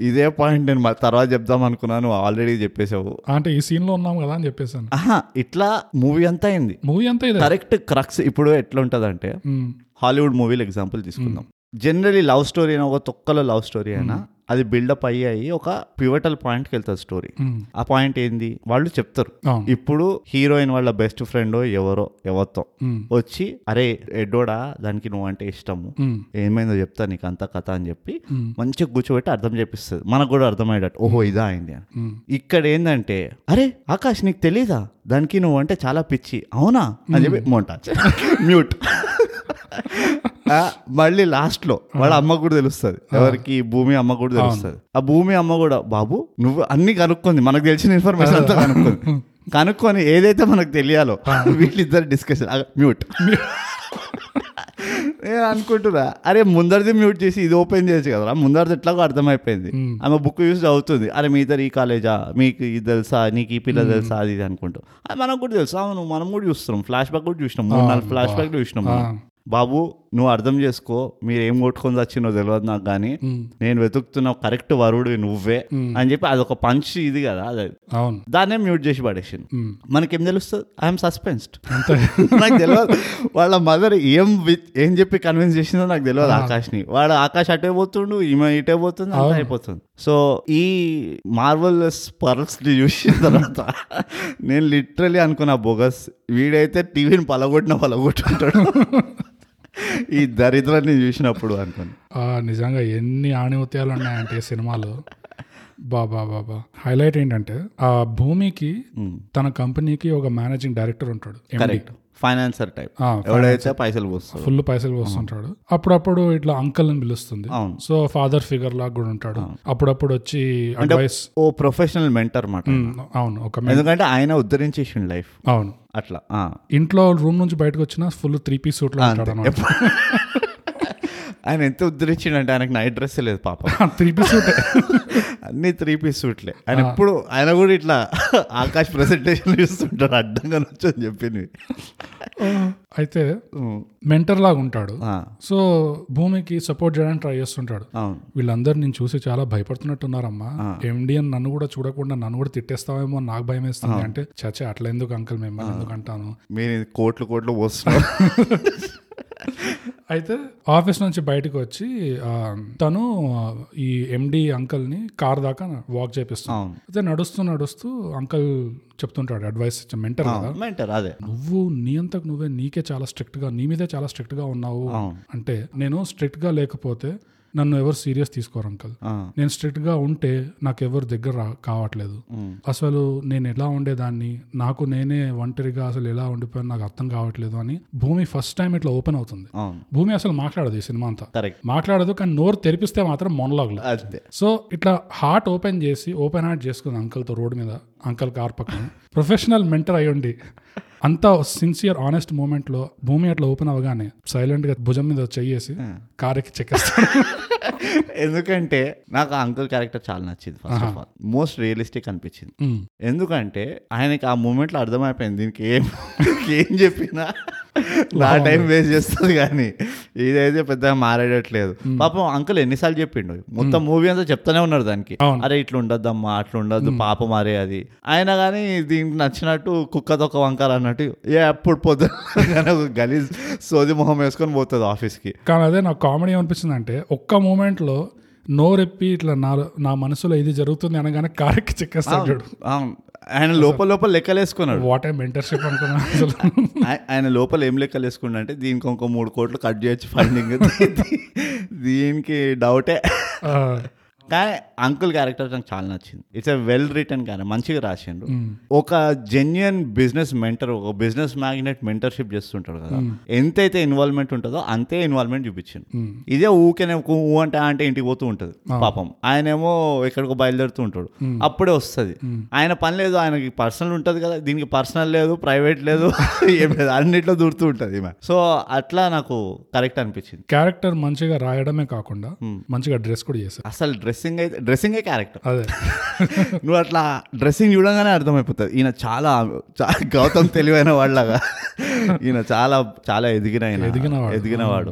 [SPEAKER 3] ఇదే పాయింట్ నేను మా తర్వాత చెప్దాం అనుకున్నాను ఆల్రెడీ చెప్పేసావు
[SPEAKER 1] అంటే ఈ సీన్ లో ఉన్నాం కదా అని చెప్పేసాను
[SPEAKER 3] ఆహా ఇట్లా మూవీ అంతా అయింది
[SPEAKER 1] మూవీ అంతా ఇదే
[SPEAKER 3] కరెక్ట్ క్రక్స్ ఇప్పుడు ఎట్లా ఉంటుందంటే
[SPEAKER 1] ఉమ్,
[SPEAKER 3] హాలీవుడ్ మూవీలు ఎగ్జాంపుల్ తీసుకుందాం
[SPEAKER 1] Hmm.
[SPEAKER 3] జనరలీ లవ్ స్టోరీ అయినా ఒక తొక్కలో లవ్ స్టోరీ అయినా అది బిల్డప్ అయ్యి అయ్యి ఒక పివటల్ పాయింట్కి వెళ్తుంది స్టోరీ
[SPEAKER 1] ఉమ్,
[SPEAKER 3] ఆ పాయింట్ ఏంది వాళ్ళు చెప్తారు
[SPEAKER 1] Hmm. అవును.
[SPEAKER 3] ఇప్పుడు హీరోయిన్ వాళ్ళ బెస్ట్ ఫ్రెండో ఎవరో ఎవరితో
[SPEAKER 1] ఉమ్,
[SPEAKER 3] వచ్చి అరే ఎడ్డోడా దానికి నువ్వు అంటే ఇష్టము
[SPEAKER 1] ఉమ్,
[SPEAKER 3] ఏమైందో చెప్తా నీకు అంతా కథ అని చెప్పి
[SPEAKER 1] Hmm.
[SPEAKER 3] మంచిగా కూర్చోబెట్టి అర్థం చేపిస్తుంది మనకు కూడా అర్థమయ్యేటట్టు ఓహో ఇదా అయింది అని
[SPEAKER 1] ఉమ్,
[SPEAKER 3] ఇక్కడ ఏంటంటే అరే ఆకాష్ నీకు తెలీదా దానికి నువ్వు అంటే చాలా పిచ్చి అవునా అని చెప్పి
[SPEAKER 1] Hmm.
[SPEAKER 3] మోంటా మ్యూట్ ఆ, మళ్ళీ లాస్ట్లో వాళ్ళ అమ్మ కూడా తెలుస్తుంది ఎవరికి ఈ భూమి అమ్మ కూడా తెలుస్తుంది ఆ భూమి అమ్మ కూడా బాబు నువ్వు అన్ని కనుక్కుంది మనకు తెలిసిన ఇన్ఫర్మేషన్ అంతా కనుక్కుంది కనుక్కొని ఏదైతే మనకు తెలియాలో వీళ్ళిద్దరు డిస్కషన్ మ్యూట్ నేను అనుకుంటున్నా అరే ముందరిది మ్యూట్ చేసి ఇది ఓపెన్ చేయొచ్చు కదరా ముందరిది ఎట్లాగో అర్థమైపోయింది
[SPEAKER 1] Hmm.
[SPEAKER 3] ఆమె బుక్ యూస్ అవుతుంది అరే మీ ఇద్దరు ఈ కాలేజా మీకు ఇది తెలుసా నీకు ఈ పిల్ల తెలుసా అది ఇది అనుకుంటూ అది మనకు కూడా తెలుసు అవును మనం కూడా చూస్తున్నాం ఫ్లాష్ బ్యాక్ కూడా చూసినాం మూడు నాలుగు ఫ్లాష్ బ్యాక్ చూసినాం మనం. బాబు నువ్వు అర్థం చేసుకో మీరు ఏం కొట్టుకొని వచ్చినో తెలియదు నాకు కానీ
[SPEAKER 1] ఉమ్,
[SPEAKER 3] నేను వెతుకుతున్న కరెక్ట్ వరుడు నువ్వే
[SPEAKER 1] Hmm.
[SPEAKER 3] అని చెప్పి అదొక పంచ్ ఇది కదా అది
[SPEAKER 1] అవును
[SPEAKER 3] దాన్నే మ్యూట్ చేసి పడేసింది
[SPEAKER 1] ఉమ్,
[SPEAKER 3] మనకేం తెలుస్తుంది ఐఎమ్ సస్పెన్స్డ్ నాకు తెలియదు వాళ్ళ మదర్ ఏం వి- ఏం చెప్పి కన్విన్స్ చేసిందో నాకు తెలియదు ఆకాష్ని వాడు ఆకాష్ అటే పోతుండు ఈమె ఇటే పోతుంది అంతా అయిపోతుంది సో ఈ మార్వల్స్ పర్ల్స్ చూసిన తర్వాత నేను లిటరలీ అనుకున్నా బొగస్ వీడైతే టీవీని పలగొట్టిన పలగొట్టుంటాడు ఈ దరిద్రాన్ని చూసినప్పుడు అనుకున్నాను
[SPEAKER 1] ఆ, నిజంగా ఎన్ని ఆణిముత్యాలు ఉన్నాయంటే ఈ సినిమాలో బాబా బాబా హైలైట్ ఏంటంటే ఆ భూమికి తన కంపెనీకి ఒక మేనేజింగ్ డైరెక్టర్ ఉంటాడు MD.
[SPEAKER 3] కరెక్ట్ ఫైనాన్సర్ టైప్
[SPEAKER 1] ఆ,
[SPEAKER 3] ఎవడైతే పైసలు పోస్తాడు
[SPEAKER 1] ఫుల్ పైసలు వస్తుంటాడు అప్పుడప్పుడు ఇట్లా అంకల్ అని పిలుస్తుంది
[SPEAKER 3] అవును.
[SPEAKER 1] సో ఫాదర్ ఫిగర్ లాగా కూడా ఉంటాడు అప్పుడప్పుడు వచ్చి అడ్వైస్
[SPEAKER 3] ఓ ప్రొఫెషనల్ మెంటర్ మాట
[SPEAKER 1] అవును ఒక మెన్-
[SPEAKER 3] ఎందుకంటే ఆయన ఉద్ధరించేసిండు లైఫ్
[SPEAKER 1] అవును
[SPEAKER 3] అట్లా ఆ.
[SPEAKER 1] ఇంట్లో రూమ్ నుంచి బయటకు వచ్చినా ఫుల్ త్రీ పీస్ సూట్ లో ఉంటాడు అనమాట
[SPEAKER 3] ఎప్ప- ఆయన ఎంత ఉద్ధరించిండంటే ఆయనకు నైట్ డ్రెస్ లేదు పాపం
[SPEAKER 1] త్రీ పీస్ సూట్
[SPEAKER 3] అన్ని త్రీ పీస్ సూట్లే ఆయన ఎప్పుడు ఆయన కూడా ఇట్లా ఆకాష్ ప్రెసెంటేషన్ ఇస్తుంటారు అడ్డంగా నొచ్చు అని చెప్పింది
[SPEAKER 1] అయితే మెంటర్ లాగా ఉంటాడు సో భూమికి సపోర్ట్ చేయడానికి ట్రై చేస్తుంటాడు
[SPEAKER 3] అవును
[SPEAKER 1] వీళ్ళందరూ నేను చూసి చాలా భయపడుతున్నట్టున్నారమ్మా ఎండి అని నన్ను కూడా చూడకుండా నన్ను కూడా తిట్టేస్తావేమో అని నాకు భయం వేస్తుంది అంటే చచ్చే అట్లా ఎందుకు అంకుల్ మిమ్మల్ని ఎందుకు అంటాను
[SPEAKER 3] మీరు ఇది కోట్లు కోట్లు పోస్తున్నారు
[SPEAKER 1] అయితే ఆఫీస్ నుంచి బయటకు వచ్చి ఆ, తను ఆ, ఈ ఎండి అంకుల్ ని కార్ దాకా వాక్ చేపిస్తాను
[SPEAKER 3] అవును.
[SPEAKER 1] అయితే నడుస్తూ నడుస్తూ అంకుల్ చెప్తుంటాడు అడ్వైస్ ఇచ్చే మెంటర్ కదా
[SPEAKER 3] ఏమంటారు అదే
[SPEAKER 1] నువ్వు నీ అంతకు నువ్వే నీకే చాలా స్ట్రిక్ట్ గా నీ మీదే చాలా స్ట్రిక్ట్ గా ఉన్నావు అంటే నేను స్ట్రిక్ట్ గా లేకపోతే నన్ను ఎవరు సీరియస్ తీసుకోరు అంకల్
[SPEAKER 3] ఆ.
[SPEAKER 1] నేను స్ట్రిక్ట్ గా ఉంటే నాకు ఎవరు దగ్గర రా- కావట్లేదు అసలు నేను ఎలా ఉండేదాన్ని నాకు నేనే ఒంటరిగా అసలు ఎలా ఉండిపోయాను నాకు అర్థం కావట్లేదు అని భూమి ఫస్ట్ టైం ఇట్లా ఓపెన్ అవుతుంది
[SPEAKER 3] అవును
[SPEAKER 1] భూమి అసలు మాట్లాడదు ఈ సినిమా అంతా
[SPEAKER 3] కరెక్ట్
[SPEAKER 1] మాట్లాడదు కానీ నోరు తెరిపిస్తే మాత్రం monologue లో
[SPEAKER 3] అంతే
[SPEAKER 1] సో ఇట్లా హార్ట్ ఓపెన్ చేసి ఓపెన్ హార్ట్ చేసుకుంది అంకల్తో రోడ్ మీద అంకల్ కార్ పక్కన ప్రొఫెషనల్ మెంటర్ అయ్యుండి అంత సిన్సియర్ ఆనెస్ట్ మూమెంట్లో భూమి అట్లా ఓపెన్ అవగానే silent గా భుజం మీద చెయ్యేసి కారెక్కి చెక్కేస్తాడు
[SPEAKER 3] ఎందుకంటే నాకు ఆ అంకుల్ క్యారెక్టర్ చాలా నచ్చింది first of all most realistic అనిపించింది
[SPEAKER 1] ఉమ్,
[SPEAKER 3] ఎందుకంటే ఆయనకి ఆ మూమెంట్లో అర్థమైపోయింది దీనికి ఏం దీనికి ఏం చెప్పినా నా టైం వేస్ట్ చేస్తుంది కానీ ఇదైతే పెద్దగా మారేటట్లేదు పాపం అంకుల్ ఎన్నిసార్లు చెప్పిండు మొత్తం మూవీ అంతా చెప్తానే ఉన్నారు దానికి
[SPEAKER 1] అవును.
[SPEAKER 3] అరే ఇట్లా ఉండొద్దమ్మా అట్లా ఉండొద్దు పాపం అరే అది అయినా కానీ దీనికి నచ్చినట్టు కుక్కతో ఒక వంకారు అన్నట్టు ఏ అప్పుడు పొద్దున గలీజ్ సోది మొహం వేసుకొని పోతుంది ఆఫీస్కి
[SPEAKER 1] కానీ అదే నాకు కామెడీ ఏమనిపించింది అంటే ఒక్క మూమెంట్లో నోరెప్పి ఇట్లా నా నా మనసులో ఇది జరుగుతుంది అనగానే కారెక్కి చెక్కేస్తాడు చూడు
[SPEAKER 3] అవును ఆయన లోపల లోపల లెక్కలేసుకున్నాడు
[SPEAKER 1] వాట్ ఏ మెంటర్షిప్ అనుకున్నాను అసలు
[SPEAKER 3] ఆయ- ఆయన లోపల ఏం లెక్కలు వేసుకుండంటే దీనికి ఇంకో మూడు కోట్లు కట్ చేయొచ్చు ఫండింగ్ దీనికి డౌటే
[SPEAKER 1] ఆ,
[SPEAKER 3] కానీ అంకుల్ క్యారెక్టర్ నాకు చాలా నచ్చింది it's a well written character మంచిగా రాసిండు ఒక జెన్యున్ బిజినెస్ మెంటర్ ఒక బిజినెస్ మ్యాగ్నెట్ మెంటర్షిప్ చేస్తుంటాడు కదా ఎంతైతే ఇన్వాల్వ్మెంట్ ఉంటుందో అంతే ఇన్వాల్వ్మెంట్ చూపించిండు ఇదే ఊకేనే ఊ అంటే ఆ అంటే ఇంటికి పోతూ ఉంటుంది పాపం ఆయనేమో ఎక్కడికో బయలుదేరుతూ ఉంటాడు అప్పుడే వస్తుంది ఆయన పని లేదు ఆయనకి పర్సనల్ ఉంటుంది కదా దీనికి పర్సనల్ లేదు ప్రైవేట్ లేదు ఏం లేదు అన్నిట్లో దూరుతూ ఉంటుంది ఈమె సో అట్లా నాకు కరెక్ట్ అనిపించింది
[SPEAKER 1] క్యారెక్టర్ మంచిగా రాయడమే కాకుండా
[SPEAKER 3] Hmm.
[SPEAKER 1] మంచిగా డ్రెస్ కూడా చేశారు
[SPEAKER 3] అసలు డ్రెస్సింగ్ అయితే డ్రెస్సింగే క్యారెక్టర్
[SPEAKER 1] అదే
[SPEAKER 3] నువ్వు అట్లా డ్రెస్సింగ్ చూడంగానే అర్థమైపోతుంది ఈయన చాలా చా- గౌతమ్ తెలివైన వాళ్ళగా ఈయన చాలా చాలా ఎదిగిన ఆయన.
[SPEAKER 1] ఎదిగినవాడు.
[SPEAKER 3] ఎదిగినవాడు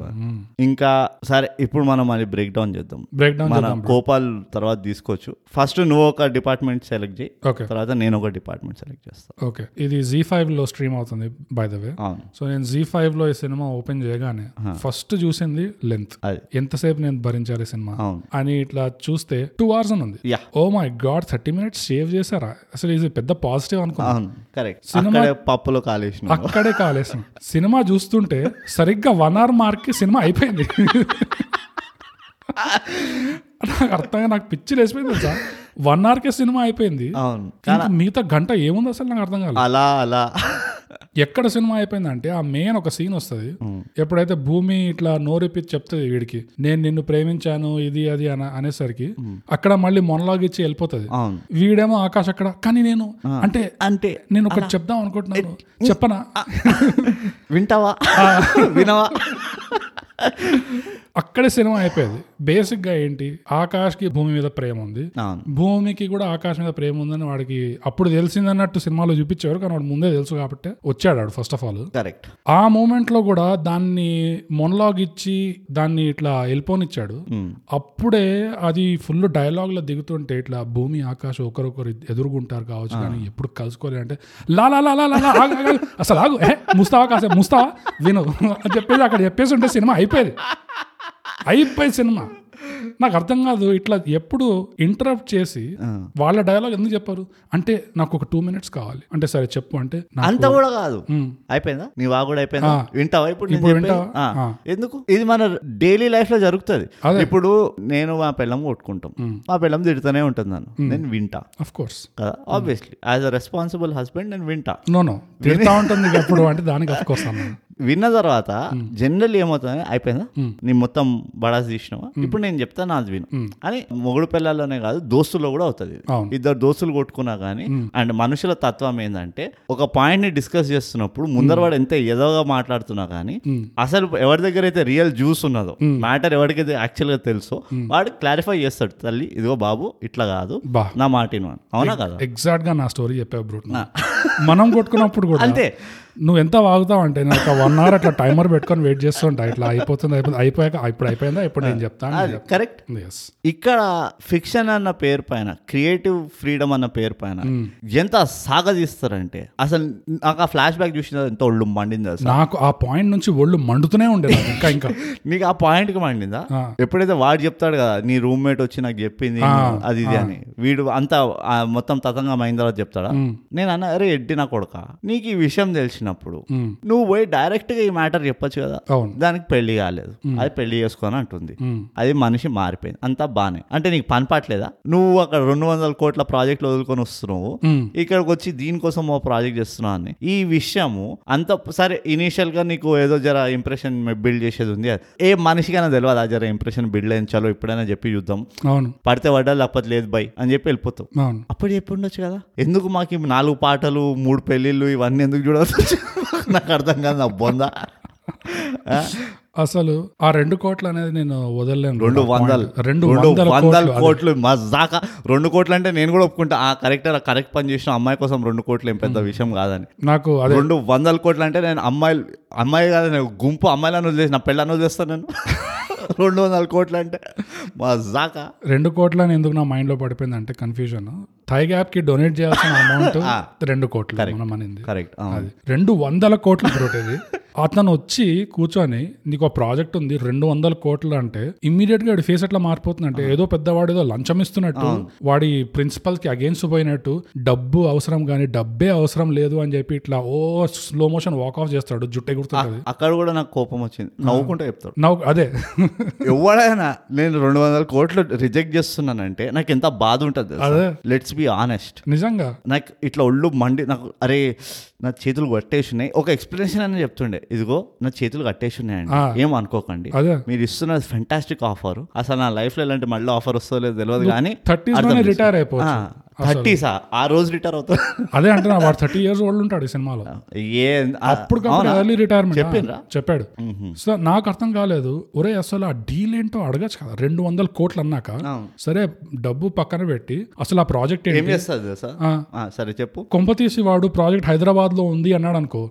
[SPEAKER 3] ఇంకా సరే ఇప్పుడు మనం అది బ్రేక్ డౌన్ చేద్దాం
[SPEAKER 1] బ్రేక్ డౌన్
[SPEAKER 3] మన కోపాల్ తర్వాత తీసుకోవచ్చు ఫస్ట్ నువ్వు ఒక డిపార్ట్మెంట్ సెలెక్ట్ చేయి
[SPEAKER 1] ఓకే
[SPEAKER 3] తర్వాత నేను ఒక డిపార్ట్మెంట్ సెలెక్ట్ చేస్తాను
[SPEAKER 1] ఓకే ఇది జీ ఫైవ్ లో స్ట్రీమ్ అవుతుంది బై ద వే
[SPEAKER 3] అవును
[SPEAKER 1] సో నేను జీ ఫైవ్ లో ఈ సినిమా ఓపెన్ చేయగానే ఫస్ట్ చూసింది లెంత్
[SPEAKER 3] అది
[SPEAKER 1] ఎంతసేపు నేను భరించాలి ఈ సినిమా
[SPEAKER 3] అవును.
[SPEAKER 1] అని ఇట్లా చూస్తే టూ అవర్స్ అని ఉంది
[SPEAKER 3] yeah
[SPEAKER 1] oh my god thirty minutes save చేశారా అసలు ఇది పెద్ద పాజిటివ్ అనుకున్నా
[SPEAKER 3] అవును కరెక్ట్
[SPEAKER 1] సినిమా-
[SPEAKER 3] అక్కడే పప్పులో కాలేసిన
[SPEAKER 1] అక్కడే కాలేసం సినిమా చూస్తుంటే సరిగ్గా వన్ అవర్ మార్క్ కి సినిమా అయిపోయింది నాకు అర్థంగా నాకు పిచ్చి లేచిపోయింది తెలుసా వన్ అవర్ కే సినిమా అయిపోయింది
[SPEAKER 3] అవును
[SPEAKER 1] ఇంకా మిగతా గంట ఏముంది అసలు నాకు అర్థం కాలేదు
[SPEAKER 3] అలా అలా
[SPEAKER 1] ఎక్కడ సినిమా అయిపోయిందంటే ఆ మెయిన్ ఒక సీన్ వస్తుంది ఎప్పుడైతే భూమి ఇట్లా నోరెప్పి చెప్తుంది వీడికి నేను నిన్ను ప్రేమించాను ఇది అది అన- అనేసరికి అక్కడ మళ్ళీ మొనలాగ్ ఇచ్చి వెళ్ళిపోతుంది
[SPEAKER 3] అవును
[SPEAKER 1] వీడేమో ఆకాష్ అక్కడ కానీ నేను అంటే
[SPEAKER 3] అంటే
[SPEAKER 1] నేను ఒకటి చెప్దాం అనుకుంటున్నాను చెప్పనా
[SPEAKER 3] వింటావా వినవా
[SPEAKER 1] అక్కడే సినిమా అయిపోయేది బేసిక్ గా ఏంటి ఆకాష్ కి భూమి మీద ప్రేమ ఉంది
[SPEAKER 3] అవును
[SPEAKER 1] భూమికి కూడా ఆకాశం మీద ప్రేమ ఉందని వాడికి అప్పుడు తెలిసిందన్నట్టు సినిమాలో చూపించారు కానీ వాడు ముందే తెలుసు కాబట్టి వచ్చాడు వాడు ఫస్ట్ ఆఫ్ ఆల్
[SPEAKER 3] కరెక్ట్
[SPEAKER 1] ఆ మూమెంట్ లో కూడా దాన్ని మొనలాగ్ ఇచ్చి దాన్ని ఇట్లా వెళ్ళిపోనిచ్చాడు అప్పుడే అది ఫుల్ డైలాగ్ లో దిగుతుంటే ఇట్లా భూమి ఆకాశం ఒకరొకరు ఎదురుగుంటారు కావచ్చు కానీ ఎప్పుడు కలుసుకోలే అంటే లా లా లా లా లా లా, ఆగు, ఆగు, ఆగు. అసలు ఆగు ఏ ముస్తావా కాసే ముస్తావా విను అని చెప్పేసి అక్కడ చెప్పేసి ఉంటే సినిమా అయిపోయేది అయిపోయి సినిమా నాకు అర్థం కాదు ఇట్లా ఎప్పుడు ఇంటరప్ట్ చేసి వాళ్ళ డైలాగ్ ఎందుకు చెప్పారు అంటే నాకు ఒక టూ మినిట్స్ కావాలి అంటే సరే చెప్పు అంటే నాకు-
[SPEAKER 3] అంత కూడా కాదు
[SPEAKER 1] మ్.
[SPEAKER 3] అయిపోయిందా నీ వా కూడా అయిపోయిందా
[SPEAKER 1] ఆ.
[SPEAKER 3] వింటావా ఇప్పుడు నేను
[SPEAKER 1] ఇప్పుడు
[SPEAKER 3] చెప్పేది?
[SPEAKER 1] వింటావా?
[SPEAKER 3] ఆ.
[SPEAKER 1] ఆ.
[SPEAKER 3] ఎందుకు ఇది మన డైలీ లైఫ్ లో జరుగుతుంది
[SPEAKER 1] అదే.
[SPEAKER 3] ఇప్పుడు నేను మా పిల్లం కొట్టుకుంటాం మా పిల్లం తిడుతూనే ఉంటుంది నన్ను నేను వింటా
[SPEAKER 1] అఫ్ కోర్స్
[SPEAKER 3] కదా obviously as a responsible husband నేను వింటా
[SPEAKER 1] నో నో తిడతా ఉంటుంది ఎప్పుడు అంటే దానికి అఫ్కోర్స్ అన్నాను
[SPEAKER 3] విన్న తర్వాత జనరల్లీ ఏమవుతుంది అయిపోయిందా నీ మొత్తం బడాస్ తీసినావా ఇప్పుడు నేను చెప్తా నాది విను అని మొగుడు పిల్లల్లోనే కాదు దోస్తుల్లో కూడా అవుతుంది ఇది.
[SPEAKER 1] అవును.
[SPEAKER 3] ఇద్దరు దోస్తులు కొట్టుకున్నా కానీ అండ్ మనుషుల తత్వం ఏంటంటే ఒక పాయింట్ ని డిస్కస్ చేస్తున్నప్పుడు ముందర వాడు ఎంత ఎదవగా మాట్లాడుతున్నా కానీ అసలు ఎవరి దగ్గర అయితే రియల్ జ్యూస్ ఉన్నదో మ్యాటర్ ఎవరికైతే యాక్చువల్ గా తెలుసో వాడు క్లారిఫై చేస్తాడు తల్లి ఇదిగో బాబు ఇట్లా కాదు
[SPEAKER 1] బా
[SPEAKER 3] నా మాట విను అని. అవునా కదా
[SPEAKER 1] ఎగ్జాక్ట్ గా నా స్టోరీ చెప్పావు బ్రూట్ మనం కొట్టుకున్నప్పుడు కూడా
[SPEAKER 3] అంతే
[SPEAKER 1] నువ్వు ఎంత వాగుతావు అంటే నేను ఒక వన్ అవర్ అట్లా టైమర్ పెట్టుకొని వెయిట్ చేస్తుంటా ఇట్లా అయిపోతుంది అయిపోతుంది అయిపోయాక ఇప్పుడు అయిపోయిందా ఇప్పుడు నేను చెప్తాను
[SPEAKER 3] కరెక్ట్
[SPEAKER 1] ఎస్
[SPEAKER 3] ఇక్కడ ఫిక్షన్ అన్న పేరు పైన క్రియేటివ్ ఫ్రీడమ్ అన్న పేరు పైన ఎంత సాగదీస్తారంటే అసలు నాకు ఆ ఫ్లాష్ బ్యాక్ చూసిన ఎంత ఒళ్ళు మండింది అసలు
[SPEAKER 1] నాకు ఆ పాయింట్ నుంచి ఒళ్ళు మండుతూనే ఉండే నాకు ఇంకా ఇంకా
[SPEAKER 3] నీకు ఆ పాయింట్ కి మండిందా
[SPEAKER 1] ఆ.
[SPEAKER 3] ఎప్పుడైతే వాడు చెప్తాడు కదా నీ రూమ్మేట్ వచ్చి నాకు చెప్పింది అది ఇది అని వీడు అంతా ఆ మొత్తం తతంగం అయిన తర్వాత చెప్తాడా నేను అన్న అరే ఎడ్డి నా కొడుక నీకు ఈ విషయం తెలిసినప్పుడు
[SPEAKER 1] మ్.
[SPEAKER 3] నువ్వు పోయి డైరెక్ట్ గా ఈ మ్యాటర్ చెప్పొచ్చు కదా
[SPEAKER 1] అవును
[SPEAKER 3] దానికి పెళ్లి కాలేదు అది పెళ్లి చేసుకొని అంటుంది అది మనిషి మారిపోయింది అంతా బానే అంటే నీకు పనిపట్లేదా నువ్వు అక్కడ రెండు వందల కోట్ల ప్రాజెక్టులు వదులుకొని వస్తున్నావు
[SPEAKER 1] మ్.
[SPEAKER 3] ఇక్కడికి వచ్చి దీనికోసం ఓ ప్రాజెక్ట్ చేస్తున్నావు అని ఈ విషయము అంత సరే ఇనీషియల్ గా నీకు ఏదో జర ఇంప్రెషన్ బిల్డ్ చేసేది ఉంది అది. ఏ మనిషికైనా తెలియదు ఆ జర ఇంప్రెషన్ బిల్డ్ అయిన చలో ఇప్పుడైనా చెప్పి చూద్దాం
[SPEAKER 1] అవును
[SPEAKER 3] పడితే పడ్డా లేకపోతే లేదు బై అని చెప్పి వెళ్ళిపోతావు
[SPEAKER 1] అవును
[SPEAKER 3] అప్పుడు చెప్పి ఉండొచ్చు కదా ఎందుకు మాకు ఈ నాలుగు పాటలు మూడు పెళ్ళిళ్ళు ఇవన్నీ ఎందుకు చూడాల్సి వచ్చింది? నాకు అర్థం కాదు నా బొందా ఆ?
[SPEAKER 1] అసలు ఆ రెండు కోట్లు అనేది నేను వదలలేను
[SPEAKER 3] రెండు
[SPEAKER 1] ఆ point.
[SPEAKER 3] వందలు
[SPEAKER 1] రెండు వందల
[SPEAKER 3] వందల
[SPEAKER 1] కోట్లు అది.
[SPEAKER 3] కోట్లు మజాకా రెండు కోట్లు అంటే నేను కూడా ఒప్పుకుంటా ఆ కరెక్ట్ కరెక్ట్ పని చేసిన అమ్మాయి కోసం రెండు కోట్లు ఏం పెద్ద విషయం కాదని
[SPEAKER 1] నాకు అదే
[SPEAKER 3] రెండు వందల కోట్లు అంటే నేను అమ్మాయిలు అమ్మాయి కాదు నేను గుంపు అమ్మాయిలను వదిలేసి నా పెళ్ళని వదిలేస్తాను నేను రెండు వందల కోట్లు అంటే మజాకా
[SPEAKER 1] రెండు కోట్లని ఎందుకు నా మైండ్ లో పడిపోయింది అంటే కన్ఫ్యూజన్ థై గ్యాప్ కి డొనేట్ చేయాల్సిన అమౌంట్ రెండు కోట్లు మనం అనింది
[SPEAKER 3] కరెక్ట్ అవును
[SPEAKER 1] అది రెండు వందల కోట్లు బ్రోట్ ఇది అతను వచ్చి కూర్చొని నీకు ఆ ప్రాజెక్ట్ ఉంది రెండు వందల కోట్లు అంటే ఇమ్మీడియట్ గా వాడి ఫేస్ ఎట్లా మారిపోతుంది అంటే ఏదో పెద్దవాడు ఏదో లంచం ఇస్తున్నట్టు వాడి ప్రిన్సిపల్ కి అగేన్స్ట్ పోయినట్టు డబ్బు అవసరం కానీ డబ్బే అవసరం లేదు అని చెప్పి ఇట్లా ఓ స్లో మోషన్ వాక్ ఆఫ్ చేస్తాడు జుట్టే గుర్తుంటది
[SPEAKER 3] అక్కడ కూడా నాకు కోపం వచ్చింది నవ్వుకుంటూ చెప్తాడు
[SPEAKER 1] నాకు అదే
[SPEAKER 3] ఎవడైనా నేను రెండు వందల కోట్లు రిజెక్ట్ చేస్తున్నానంటే నాకు ఎంత బాధ ఉంటుంది
[SPEAKER 1] అదే.
[SPEAKER 3] లెట్స్ బి ఆనెస్ట్
[SPEAKER 1] నిజంగా
[SPEAKER 3] నాకు ఇట్లా ఒళ్ళు మండి నాకు అరే నా చేతులు కట్టేసినాయి ఒక ఎక్స్ప్లెనేషన్ అనేది చెప్తుండే ఇదిగో నా చేతులు కట్టేసినాయండి
[SPEAKER 1] ఆ.
[SPEAKER 3] ఏం అనుకోకండి
[SPEAKER 1] అదే.
[SPEAKER 3] మీరు ఇస్తున్న ఫెంటాస్టిక్ ఆఫర్ అసలు నా లైఫ్ లో ఇలాంటి మళ్ళీ ఆఫర్ వస్తో లేదో తెలియదు కానీ
[SPEAKER 1] థర్టీస్ లోనే రిటైర్ అయిపోవచ్చు
[SPEAKER 3] థర్టీసా ఆ రోజు రిటైర్ అవుతా
[SPEAKER 1] అదే అంటున్నా వాడు థర్టీ ఇయర్స్ ఓల్డ్ ఉంటాడు ఈ సినిమాలో
[SPEAKER 3] ఏ
[SPEAKER 1] అప్పుడు ఎర్లీ రిటైర్మెంట్
[SPEAKER 3] చెప్పిండ్రా?
[SPEAKER 1] చెప్పాడు సో నాకు అర్థం కాలేదు ఒరే అసలు ఆ డీల్ ఏంటో అడగచ్చు కదా రెండు వందల కోట్లు అన్నాక సరే డబ్బు పక్కన పెట్టి అసలు ఆ ప్రాజెక్ట్
[SPEAKER 3] ఏం
[SPEAKER 1] ఏంటి
[SPEAKER 3] చేస్తుంది సార్
[SPEAKER 1] ఆ.
[SPEAKER 3] సరే చెప్పు
[SPEAKER 1] కొంపతీసి వాడు ప్రాజెక్ట్ హైదరాబాద్ లో ఉంది అన్నాడు అనుకో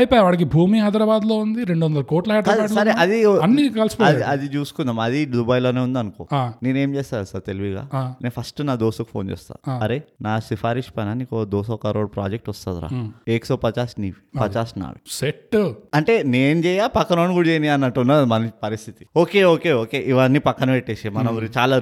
[SPEAKER 1] అయిపోయి వాడికి భూమి హైదరాబాద్ లో ఉంది రెండు వందల కోట్ల హైదరాబాద్
[SPEAKER 3] సరే అది
[SPEAKER 1] అన్ని
[SPEAKER 3] అది
[SPEAKER 1] కలిసిపోయాయి
[SPEAKER 3] అది చూసుకుందాం అది దుబాయ్ లోనే ఉంది అనుకో
[SPEAKER 1] ఆ.
[SPEAKER 3] నేనేం చేస్తా సార్ తెలివిగా
[SPEAKER 1] ఆ.
[SPEAKER 3] నేను ఫస్ట్ నా దోస్తుకు ఫోన్ చేస్తా అరే నా సిఫారిష్ పైన నీకు దో సో కరోడ్ ప్రాజెక్ట్ వస్తుందిరా ఏక్ సో పచాస్ నీ పచాస్ నావి
[SPEAKER 1] సెట్
[SPEAKER 3] అంటే నేను చేయ పక్కన కూడా చేయని అన్నట్టు ఉన్నది మన పరిస్థితి ఓకే ఓకే ఓకే ఇవన్నీ పక్కన పెట్టేసి మనం చాలా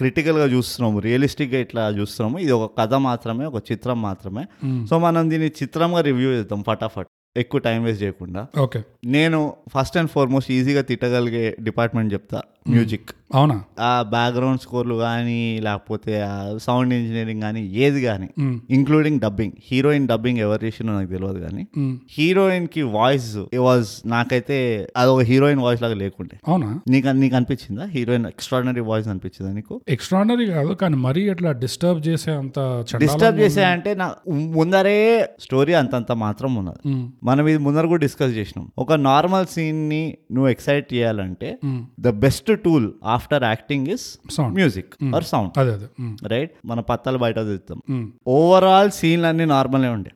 [SPEAKER 3] క్రిటికల్ గా చూస్తున్నాము రియలిస్టిక్ గా ఇట్లా చూస్తున్నాము ఇది ఒక కథ మాత్రమే ఒక చిత్రం మాత్రమే సో మనం దీన్ని చిత్రంగా రివ్యూ చేద్దాం ఫటాఫట్ ఎక్కువ టైం వేస్ట్ చేయకుండా
[SPEAKER 1] ఓకే
[SPEAKER 3] నేను ఫస్ట్ అండ్ ఫార్మోస్ట్ ఈజీగా తిట్టగలిగే డిపార్ట్మెంట్ చెప్తా మ్యూజిక్
[SPEAKER 1] అవునా
[SPEAKER 3] ఆ బ్యాక్గ్రౌండ్ స్కోర్లు కానీ లేకపోతే ఆ సౌండ్ ఇంజనీరింగ్ కానీ ఏది కానీ
[SPEAKER 1] Mm.
[SPEAKER 3] Including dubbing heroine dubbing ఎవరు చేసినో నాకు తెలియదు కానీ
[SPEAKER 1] Mm.
[SPEAKER 3] హీరోయిన్ కి వాయిస్ వాజ్ నాకైతే అది ఒక హీరోయిన్ వాయిస్ లాగా లేకుండే
[SPEAKER 1] అవునా
[SPEAKER 3] నీకు నీకు అనిపించిందా హీరోయిన్ ఎక్స్ట్రాడినరీ వాయిస్ అనిపించిందా నీకు
[SPEAKER 1] ఎక్స్ట్రానరీ కాదు కానీ మరీ అట్లా డిస్టర్బ్ చేసే అంత చండాలంగా
[SPEAKER 3] డిస్టర్బ్ చేసాయంటే నా ముందరే స్టోరీ అంతంత మాత్రం ఉన్నది
[SPEAKER 1] Mm.
[SPEAKER 3] మనం ఇది ముందర కూడా డిస్కస్ చేసినాం ఒక నార్మల్ సీన్ ని నువ్వు ఎక్సైట్ చేయాలంటే the best tool after acting is
[SPEAKER 1] Sound.
[SPEAKER 3] Music or sound
[SPEAKER 1] అదే అదే Mm.
[SPEAKER 3] రైట్ మన పత్తాలు బయట తెస్తాం
[SPEAKER 1] Mm.
[SPEAKER 3] ఓవరాల్ సీన్లు అన్ని నార్మలే ఉండే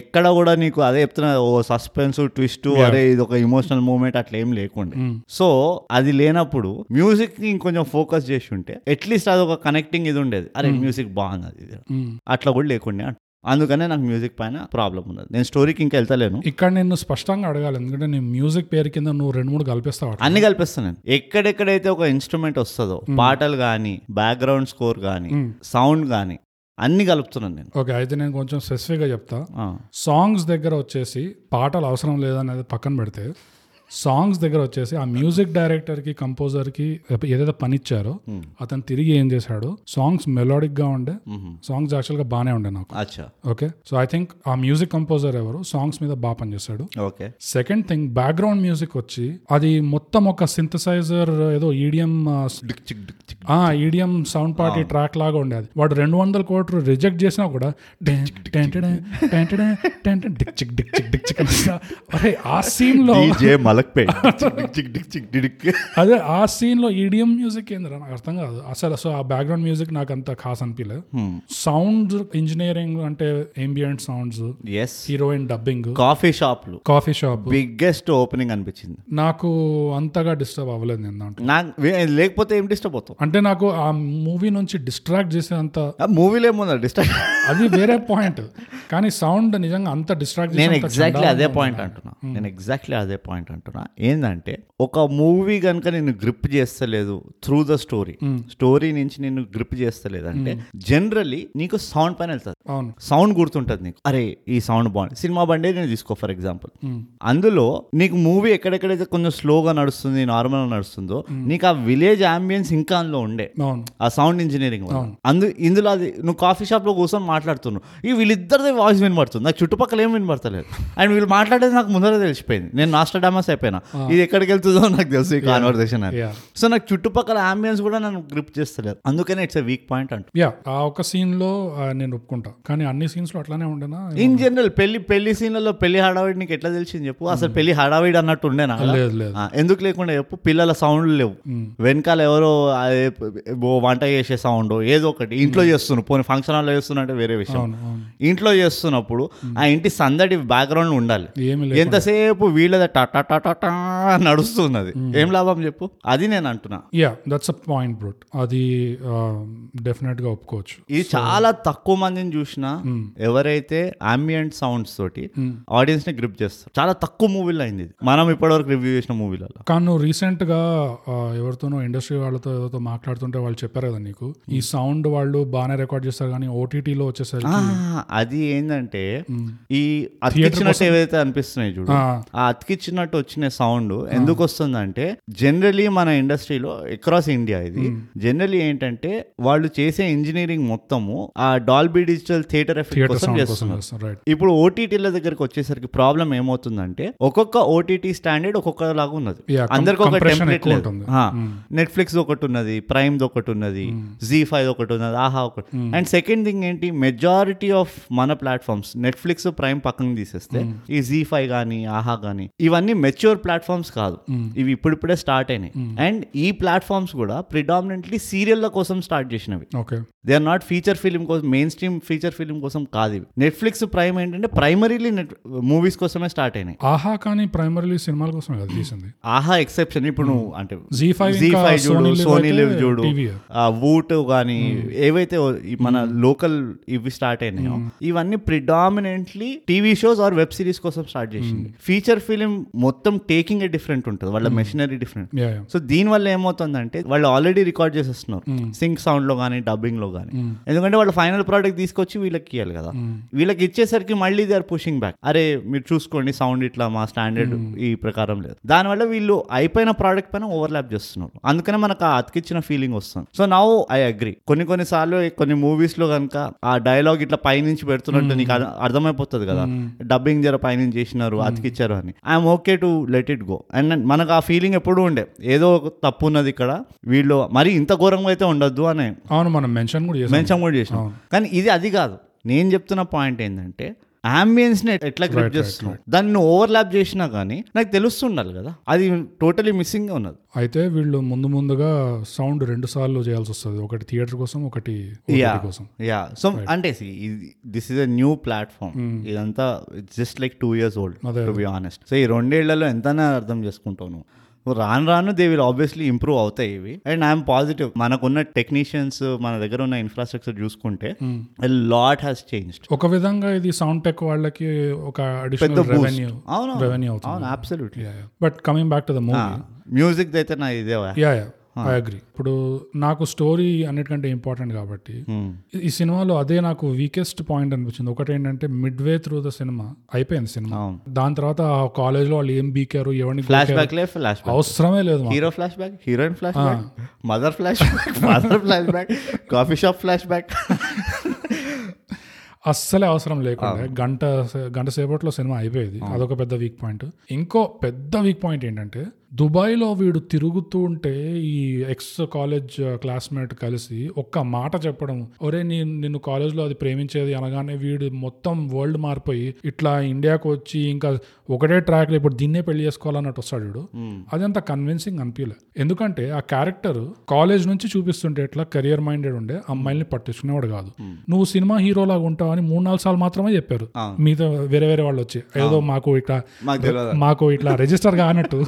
[SPEAKER 3] ఎక్కడ కూడా నీకు అదే చెప్తున్నా ఓ సస్పెన్స్ ట్విస్ట్ అరే ఇది ఒక ఇమోషనల్ మూమెంట్ అట్లా ఏం లేకుండే సో అది లేనప్పుడు మ్యూజిక్ ని ఇంకొంచెం ఫోకస్ చేసి ఉంటే అట్లీస్ట్ అది ఒక కనెక్టింగ్ ఇది ఉండేది అరే మ్యూజిక్ బాగున్నది ఇది
[SPEAKER 1] Mm.
[SPEAKER 3] అట్లా కూడా లేకుండే అంట. అందుకనే నాకు మ్యూజిక్ పైన ప్రాబ్లం ఉన్నది నేను స్టోరీకి ఇంకా వెళ్తలేను
[SPEAKER 1] ఇక్కడ నేను స్పష్టంగా అడగాలి ఎందుకంటే నీ మ్యూజిక్ పేరు కింద నువ్వు రెండు మూడు కలిపిస్తావు అట్లా.
[SPEAKER 3] అన్ని కల్పిస్తున్నాను ఎక్కడెక్కడైతే ఒక ఇన్స్ట్రుమెంట్ వస్తుందో పాటలు కానీ బ్యాక్గ్రౌండ్ స్కోర్ కానీ సౌండ్ కానీ అన్ని కలుపుతున్నాను నేను
[SPEAKER 1] ఓకే అయితే నేను కొంచెం స్పెసిఫిక్ గా చెప్తా
[SPEAKER 3] ఆ,
[SPEAKER 1] సాంగ్స్ దగ్గర వచ్చేసి పాటలు అవసరం లేదనేది పక్కన పెడితే సాంగ్స్ దగ్గర వచ్చేసి ఆ మ్యూజిక్ డైరెక్టర్ కి కంపోజర్ కి ఏదైతే పని ఇచ్చారో అతను తిరిగి ఏం చేశాడు సాంగ్స్ మెలోడిక్ గా ఉండే సాంగ్స్ యాక్చువల్ గా బానే ఉండే నాకు
[SPEAKER 3] అచ్చా
[SPEAKER 1] ఓకే సో ఐ థింక్ ఆ మ్యూజిక్ కంపోజర్ ఎవరు సాంగ్స్ మీద బాగా పనిచేశాడు
[SPEAKER 3] okay
[SPEAKER 1] second thing background music వచ్చి అది మొత్తం ఒక సింథసైజర్ ఏదో E ఈడియం ఆ E ఈడియం సౌండ్ పార్టీ ట్రాక్ లాగా ఉండేది వాడు రెండు వందల కోట్లు రిజెక్ట్ చేసినా కూడా డెన్, డెన్, డెన్, డెన్, డెన్, డెన్, డెన్, డిక్ చిక్, డిక్ చిక్, డిక్ చిక్ అని వస్తా. అరే ఆ సీన్ లో
[SPEAKER 3] డీజే మలక్పే చిక్ డిక్ చిక్ డిడిక్
[SPEAKER 1] అదే ఆ సీన్ లో E ఈడియం మ్యూజిక్ ఏందిరా నాకు అర్థం కాదు అసలు సో ఆ బ్యాక్గ్రౌండ్ మ్యూజిక్ నాకు అంత ఖాస్ అనిపించలేదు సౌండ్ ఇంజనీరింగ్ అంటే ambient sounds
[SPEAKER 3] yes
[SPEAKER 1] heroine dubbing
[SPEAKER 3] coffee షాప్లు
[SPEAKER 1] కాఫీ షాప్
[SPEAKER 3] బిగ్గెస్ట్ ఓపెనింగ్ అనిపించింది
[SPEAKER 1] నాకు అంతగా డిస్టర్బ్ అవ్వలేదు నేను దాంట్లో
[SPEAKER 3] నాకు వే- లేకపోతే ఏం డిస్టర్బ్ అవుతాం
[SPEAKER 1] అంటే నాకు ఆ మూవీ నుంచి డిస్ట్రాక్ట్ చేసేంత
[SPEAKER 3] మూవీలో ఏముందా డిస్టర్బ్
[SPEAKER 1] అది వేరే పాయింట్ కానీ సౌండ్ నిజంగా అంత డిస్ట్రాక్ట్
[SPEAKER 3] నేను ఎగ్జాక్ట్లీ అదే పాయింట్ అంటున్నా నేను ఎగ్జాక్ట్లీ అదే పాయింట్ అంటున్నా ఏంటంటే ఒక మూవీ కనుక నేను గ్రిప్ చేస్తలేదు త్రూ ద స్టోరీ స్టోరీ నుంచి నేను గ్రిప్ చేస్తలేదు అంటే జనరలీ నీకు సౌండ్ పైన వెళ్తుంది
[SPEAKER 1] అవును
[SPEAKER 3] సౌండ్ గుర్తుంటుంది నీకు అరే ఈ సౌండ్ బాగుంది సినిమా బండే నేను తీసుకో ఫర్ ఎగ్జాంపుల్ అందులో నీకు మూవీ ఎక్కడెక్కడైతే కొంచెం స్లోగా నడుస్తుంది నార్మల్గా నడుస్తుందో నీకు ఆ విలేజ్ అంబియన్స్ ఇంకా అందులో ఉండే
[SPEAKER 1] అవును
[SPEAKER 3] ఆ సౌండ్ ఇంజనీరింగ్ వల్ల. అందు ఇందులో అది నువ్వు కాఫీ షాప్లో కూర్చొని మాట్లాడుతున్నావు ఈ వీళ్ళిద్దరిది వాయిస్ వినబడుతుంది నాకు చుట్టుపక్కల ఏం వినబడతలేదు అండ్ వీళ్ళు మాట్లాడేది నాకు ముందరే తెలిసిపోయింది నేను నాస్టడామస్ అయిపోయినా ఇది ఎక్కడికి వెళ్తుందో నాకు తెలుసు ఈ కాన్వర్సేషన్ అని
[SPEAKER 1] Yeah.
[SPEAKER 3] సో నాకు చుట్టుపక్కల అంబియన్స్ కూడా నన్ను గ్రిప్ చేస్తలేదు అందుకనే ఇట్స్ ఎ వీక్ పాయింట్ అంట
[SPEAKER 1] యా ఆ ఒక సీన్ లో ఆ, నేను ఒప్పుకుంటా కానీ అన్ని సీన్స్ లో అట్లానే ఉండేనా
[SPEAKER 3] ఇన్ జనరల్ పెళ్లి పెళ్లి సీన్లలో పెళ్లి హడావిడి నీకు ఎట్లా తెలిసింది చెప్పు అసలు పెళ్లి హడావిడి అన్నట్టు ఉండేనా
[SPEAKER 1] లేదు లేదు
[SPEAKER 3] ఆ, ఎందుకు లేకుండా చెప్పు పిల్లల సౌండ్లు లేవు వెనకాల ఎవరో ఆ, ఏ, ఓ వంట చేసే సౌండ్ ఏదో ఒకటి ఇంట్లో చేస్తున్నారు పోనీ ఫంక్షన్ హాల్లో చేస్తున్నట్టే వేరే విషయం
[SPEAKER 1] అవును అవును
[SPEAKER 3] ఇంట్లో చేస్తున్నప్పుడు ఆ ఇంటి సందడి బ్యాక్గ్రౌండ్ ఉండాలి
[SPEAKER 1] ఏమి లేదు
[SPEAKER 3] ఎంతసేపు వీళ్ళ టట టట టటా అని నడుస్తున్నది ఏం లాభం చెప్పు అది నేను అంటున్నా
[SPEAKER 1] yeah that's a point brought అది డెఫినెట్ గా ఒప్పుకోవచ్చు
[SPEAKER 3] ఇది చాలా తక్కువ మందిని చూసిన ఎవరైతే అంబియంట్ సౌండ్స్ తోటి ఆడియన్స్ ని గ్రిప్ చేస్తారు చాలా తక్కువ మూవీలో అయింది ఇది మనం ఇప్పటివరకు రివ్యూ చేసిన మూవీలలో
[SPEAKER 1] కానీ నువ్వు రీసెంట్ గా ఆ, ఎవరితోనో ఇండస్ట్రీ వాళ్ళతో ఎవరితో మాట్లాడుతుంటే వాళ్ళు చెప్పారు కదా నీకు ఈ
[SPEAKER 3] Hmm.
[SPEAKER 1] సౌండ్ వాళ్ళు బాగానే రికార్డ్ చేస్తారు కానీ ఓటీటీలో వచ్చేసరికి
[SPEAKER 3] అది ఏంటంటే ఈ అతికిచ్చినట్టు ఏవైతే అనిపిస్తున్నాయి చూడు
[SPEAKER 1] ఆ.
[SPEAKER 3] ఆ అతికిచ్చినట్టు వచ్చిన సౌండ్ ఎందుకు వస్తుందంటే జనరలీ మన ఇండస్ట్రీలో అక్రాస్ ఇండియా ఇది జనరలీ ఏంటంటే వాళ్ళు చేసే ఇంజనీరింగ్ మొత్తము ఆ Dolby digital theatre effect
[SPEAKER 1] theatre
[SPEAKER 3] కోసం
[SPEAKER 1] సౌండ్ కోసం
[SPEAKER 3] చేస్తున్నారు
[SPEAKER 1] చేస్తారు రైట్
[SPEAKER 3] ఇప్పుడు ఓటీటీల దగ్గరికి వచ్చేసరికి ప్రాబ్లం ఏమవుతుందంటే ఒక్కొక్క ఓటీటీ స్టాండర్డ్ ఒక్కొక్క లాగా ఉన్నది
[SPEAKER 1] Yeah, com-
[SPEAKER 3] అందరికి ఒక
[SPEAKER 1] compression
[SPEAKER 3] టెంప్లెట్
[SPEAKER 1] ఎక్కువ
[SPEAKER 3] లేదు
[SPEAKER 1] ఉంటుంది. Hmm.
[SPEAKER 3] నెట్ఫ్లిక్స్ ఒకటి ఉన్నది ప్రైమ్ ఒకటి ఉన్నది జీ ఫైవ్ ఒకటి ఉన్నది ఆహా ఒకటి
[SPEAKER 1] Hmm.
[SPEAKER 3] And second thing majority మెజారిటీ ఆఫ్ మన ప్లాట్ఫామ్స్ నెట్ఫ్లిక్స్ ప్రైమ్ పక్కన తీసేస్తే
[SPEAKER 1] Hmm.
[SPEAKER 3] ఈ జీ ఫైవ్ కానీ ఆహా కానీ ఇవన్నీ మెచ్యూర్ ప్లాట్ఫామ్స్ కాదు
[SPEAKER 1] Hmm.
[SPEAKER 3] ఇవి ఇప్పుడిప్పుడే స్టార్ట్ అయినాయి అండ్ ఈ ప్లాట్ఫామ్స్ కూడా ప్రిడామినెంట్లీ సీరియల్ల కోసం స్టార్ట్ చేసినవి
[SPEAKER 1] okay
[SPEAKER 3] they are not feature film కోసం మెయిన్ స్ట్రీమ్ ఫీచర్ ఫిలిం కోసం కాదు ఇవి నెట్ఫ్లిక్స్ ప్రైమ్ ఏంటంటే ప్రైమరీలీ నెట్ మూవీస్ కోసమే స్టార్ట్ అయినాయి
[SPEAKER 1] ఆహా కానీ ప్రైమరీలీ సినిమాల కోసమే కదా తీసింది
[SPEAKER 3] ఆహా ఎక్సెప్షన్ ఇప్పుడు నువ్వు అంటే
[SPEAKER 1] జీ ఫైవ్
[SPEAKER 3] జీ ఫైవ్ చూడు సోనీ లివ్ చూడు
[SPEAKER 1] టీవీ
[SPEAKER 3] ఆ వూట్ కానీ ఏవైతే ఓ- ఈ మన లోకల్ ఇవి స్టార్ట్ అయినాయో ఇవన్నీ predominantly TV shows or web series కోసం స్టార్ట్ చేసింది ఫీచర్ ఫిలిం మొత్తం టేకింగ్ డిఫరెంట్ ఉంటుంది వాళ్ళ machinery different
[SPEAKER 1] yeah yeah
[SPEAKER 3] so దీని వల్ల ఏమవుతుందంటే వాళ్ళు ఆల్రెడీ రికార్డ్ చేసేస్తున్నారు సింక్ సౌండ్ లో కానీ డబ్బింగ్ లో కానీ ఎందుకంటే వాళ్ళు ఫైనల్ ప్రోడక్ట్ తీసుకొచ్చి వీళ్ళకి ఇవ్వాలి కదా వీళ్ళకి ఇచ్చేసరికి మళ్ళీ దే ఆర్ పుషింగ్ బ్యాక్ అరే మీరు చూసుకోండి సౌండ్ ఇట్లా మా స్టాండర్డ్ ఈ ప్రకారం లేదు దానివల్ల వీళ్ళు అయిపోయిన ప్రోడక్ట్ పైన ఓవర్లాప్ చేస్తున్నారు అందుకనే మనకు ఆ అతికిచ్చిన ఫీలింగ్ వస్తుంది సో నౌ ఐ అగ్రి కొన్ని కొన్ని సార్లు కొన్ని మూవీస్ లో కనుక ఆ డైలాగ్ ఇట్లా పైనుంచి పెడుతున్నట్టు నీకు అర్థ- అర్థమైపోతుంది కదా డబ్బింగ్ జర పైనుంచి చేసినారు అతికిచ్చారు అని I'm okay to let it go and మనకు ఆ ఫీలింగ్ ఎప్పుడూ ఉండే ఏదో ఒక తప్పు ఉన్నది ఇక్కడ వీళ్ళు మరి ఇంత ఘోరంగా అయితే ఉండొద్దు అని
[SPEAKER 1] అవును మనం మెన్షన్ కూడా చేసాం
[SPEAKER 3] మెన్షన్ కూడా చేసినాం కానీ ఇది అది కాదు నేను చెప్తున్న పాయింట్ ఏంటంటే అంబియన్స్ ని ఎట్లా గ్రిప్ చేస్తున్నావు దాన్ని నువ్వు ఓవర్లాప్ చేసినా కానీ నాకు తెలుస్తుండాలి కదా అది టోటలీ మిస్సింగ్ ఉన్నది
[SPEAKER 1] అయితే వీళ్ళు ముందు ముందుగా సౌండ్ రెండు సార్లు చేయాల్సి వస్తుంది ఒకటి థియేటర్ కోసం ఒకటి OTT
[SPEAKER 3] యా
[SPEAKER 1] కోసం
[SPEAKER 3] యా సో అంటే this is a new platform ఇదంతా just like two years old
[SPEAKER 1] Hmm. అదే,
[SPEAKER 3] టు బి ఆనెస్ట్ సో ఈ రెండేళ్లలో ఎంతనా అర్థం చేసుకుంటాను రాను రాను దే విల్ ఆబ్వియస్లీ ఇంప్రూవ్ అవుతాయి ఇవి అండ్ ఐఎమ్ పాజిటివ్ మనకున్న టెక్నీషియన్స్ మన దగ్గర ఉన్న ఇన్ఫ్రాస్ట్రక్చర్ చూసుకుంటే
[SPEAKER 1] Hmm.
[SPEAKER 3] లాట్ హ్యాస్ చేంజ్డ్
[SPEAKER 1] ఒక విధంగా ఇది సౌండ్ టెక్ వాళ్ళకి ఒక
[SPEAKER 3] పెద్ద
[SPEAKER 1] అడిషనల్
[SPEAKER 3] boost.
[SPEAKER 1] రెవెన్యూ
[SPEAKER 3] అవును
[SPEAKER 1] రెవెన్యూ
[SPEAKER 3] అవును
[SPEAKER 1] అవుతుంది
[SPEAKER 3] absolutely
[SPEAKER 1] but coming back to the movie
[SPEAKER 3] Ah. Music అయితే నా ఇదే
[SPEAKER 1] యా యా ఐ అగ్రి ఇప్పుడు నాకు స్టోరీ అన్నిటికంటే ఇంపార్టెంట్ కాబట్టి ఈ- ఈ సినిమాలో అదే నాకు వీకెస్ట్ పాయింట్ అనిపించింది ఒకటి ఏంటంటే midway through the cinema అయిపోయింది సినిమా
[SPEAKER 3] అవును.
[SPEAKER 1] దాని తర్వాత కాలేజ్ లో వాళ్ళు ఏం బీకారు ఎవరిని
[SPEAKER 3] ఫ్లాష్ బ్యాక్ లే ఫ్లాష్ బ్యాక్
[SPEAKER 1] అవసరమే లేదు మాకు.
[SPEAKER 3] Hero flashback heroine flashback
[SPEAKER 1] Ah.
[SPEAKER 3] Mother flashback father flashback coffee shop flashback
[SPEAKER 1] అస్సలే అవసరం లేకుండా గంట గంట సేపట్లో సినిమా అయిపోయేది అదొక పెద్ద వీక్ పాయింట్ ఇంకో పెద్ద వీక్ పాయింట్ ఏంటంటే దుబాయ్లో వీడు తిరుగుతూ ఉంటే ఈ ఎక్స్ కాలేజ్ క్లాస్మేట్ కలిసి ఒక్క మాట చెప్పడం ఒరే నీ నిన్ను కాలేజ్లో అది ప్రేమించేది అనగానే వీడు మొత్తం వరల్డ్ మారిపోయి ఇట్లా ఇండియాకు వచ్చి ఇంకా ఒకటే ట్రాక్లో ఇప్పుడు దీన్నే పెళ్లి చేసుకోవాలన్నట్టు వస్తాడు వీడు అదంత కన్విన్సింగ్ అనిపించలే ఎందుకంటే ఆ క్యారెక్టర్ కాలేజ్ నుంచి చూపిస్తుంటే ఇట్లా కెరియర్ మైండెడ్ ఉండే అమ్మాయిల్ని పట్టించుకునేవాడు కాదు నువ్వు సినిమా హీరో లాగా ఉంటావు అని మూడు నాలుగు సార్లు మాత్రమే చెప్పారు మీతో వేరే వేరే వాళ్ళు వచ్చి ఏదో మాకు ఇట్లా
[SPEAKER 3] మాకు తెలియదు
[SPEAKER 1] మాకు ఇట్లా రిజిస్టర్ కానట్టు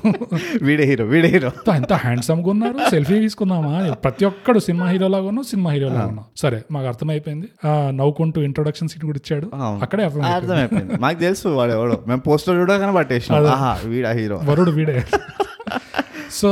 [SPEAKER 3] వీడే హీరో వీడే హీరో
[SPEAKER 1] ఎంత- ఎంత హ్యాండ్సమ్ గా ఉన్నారు సెల్ఫీ తీసుకుందామా ప్రతి ఒక్కడు సినిమా హీరో లాగా ఉన్నావు సినిమా హీరో లాగా ఉన్నావు సరే మాకు అర్థమైపోయింది ఆ, నవ్వుకుంటూ ఇంట్రొడక్షన్ సీన్ కూడా ఇచ్చాడు
[SPEAKER 3] అవును.
[SPEAKER 1] అక్కడే అర్థమైపోయింది
[SPEAKER 3] అర్థమైపోయింది మాకు తెలుసు వాడు ఎవడో మేము పోస్టర్ చూడగానే పట్టేసినాం ఆహా వీడా హీరో
[SPEAKER 1] వరుడు వీడే సో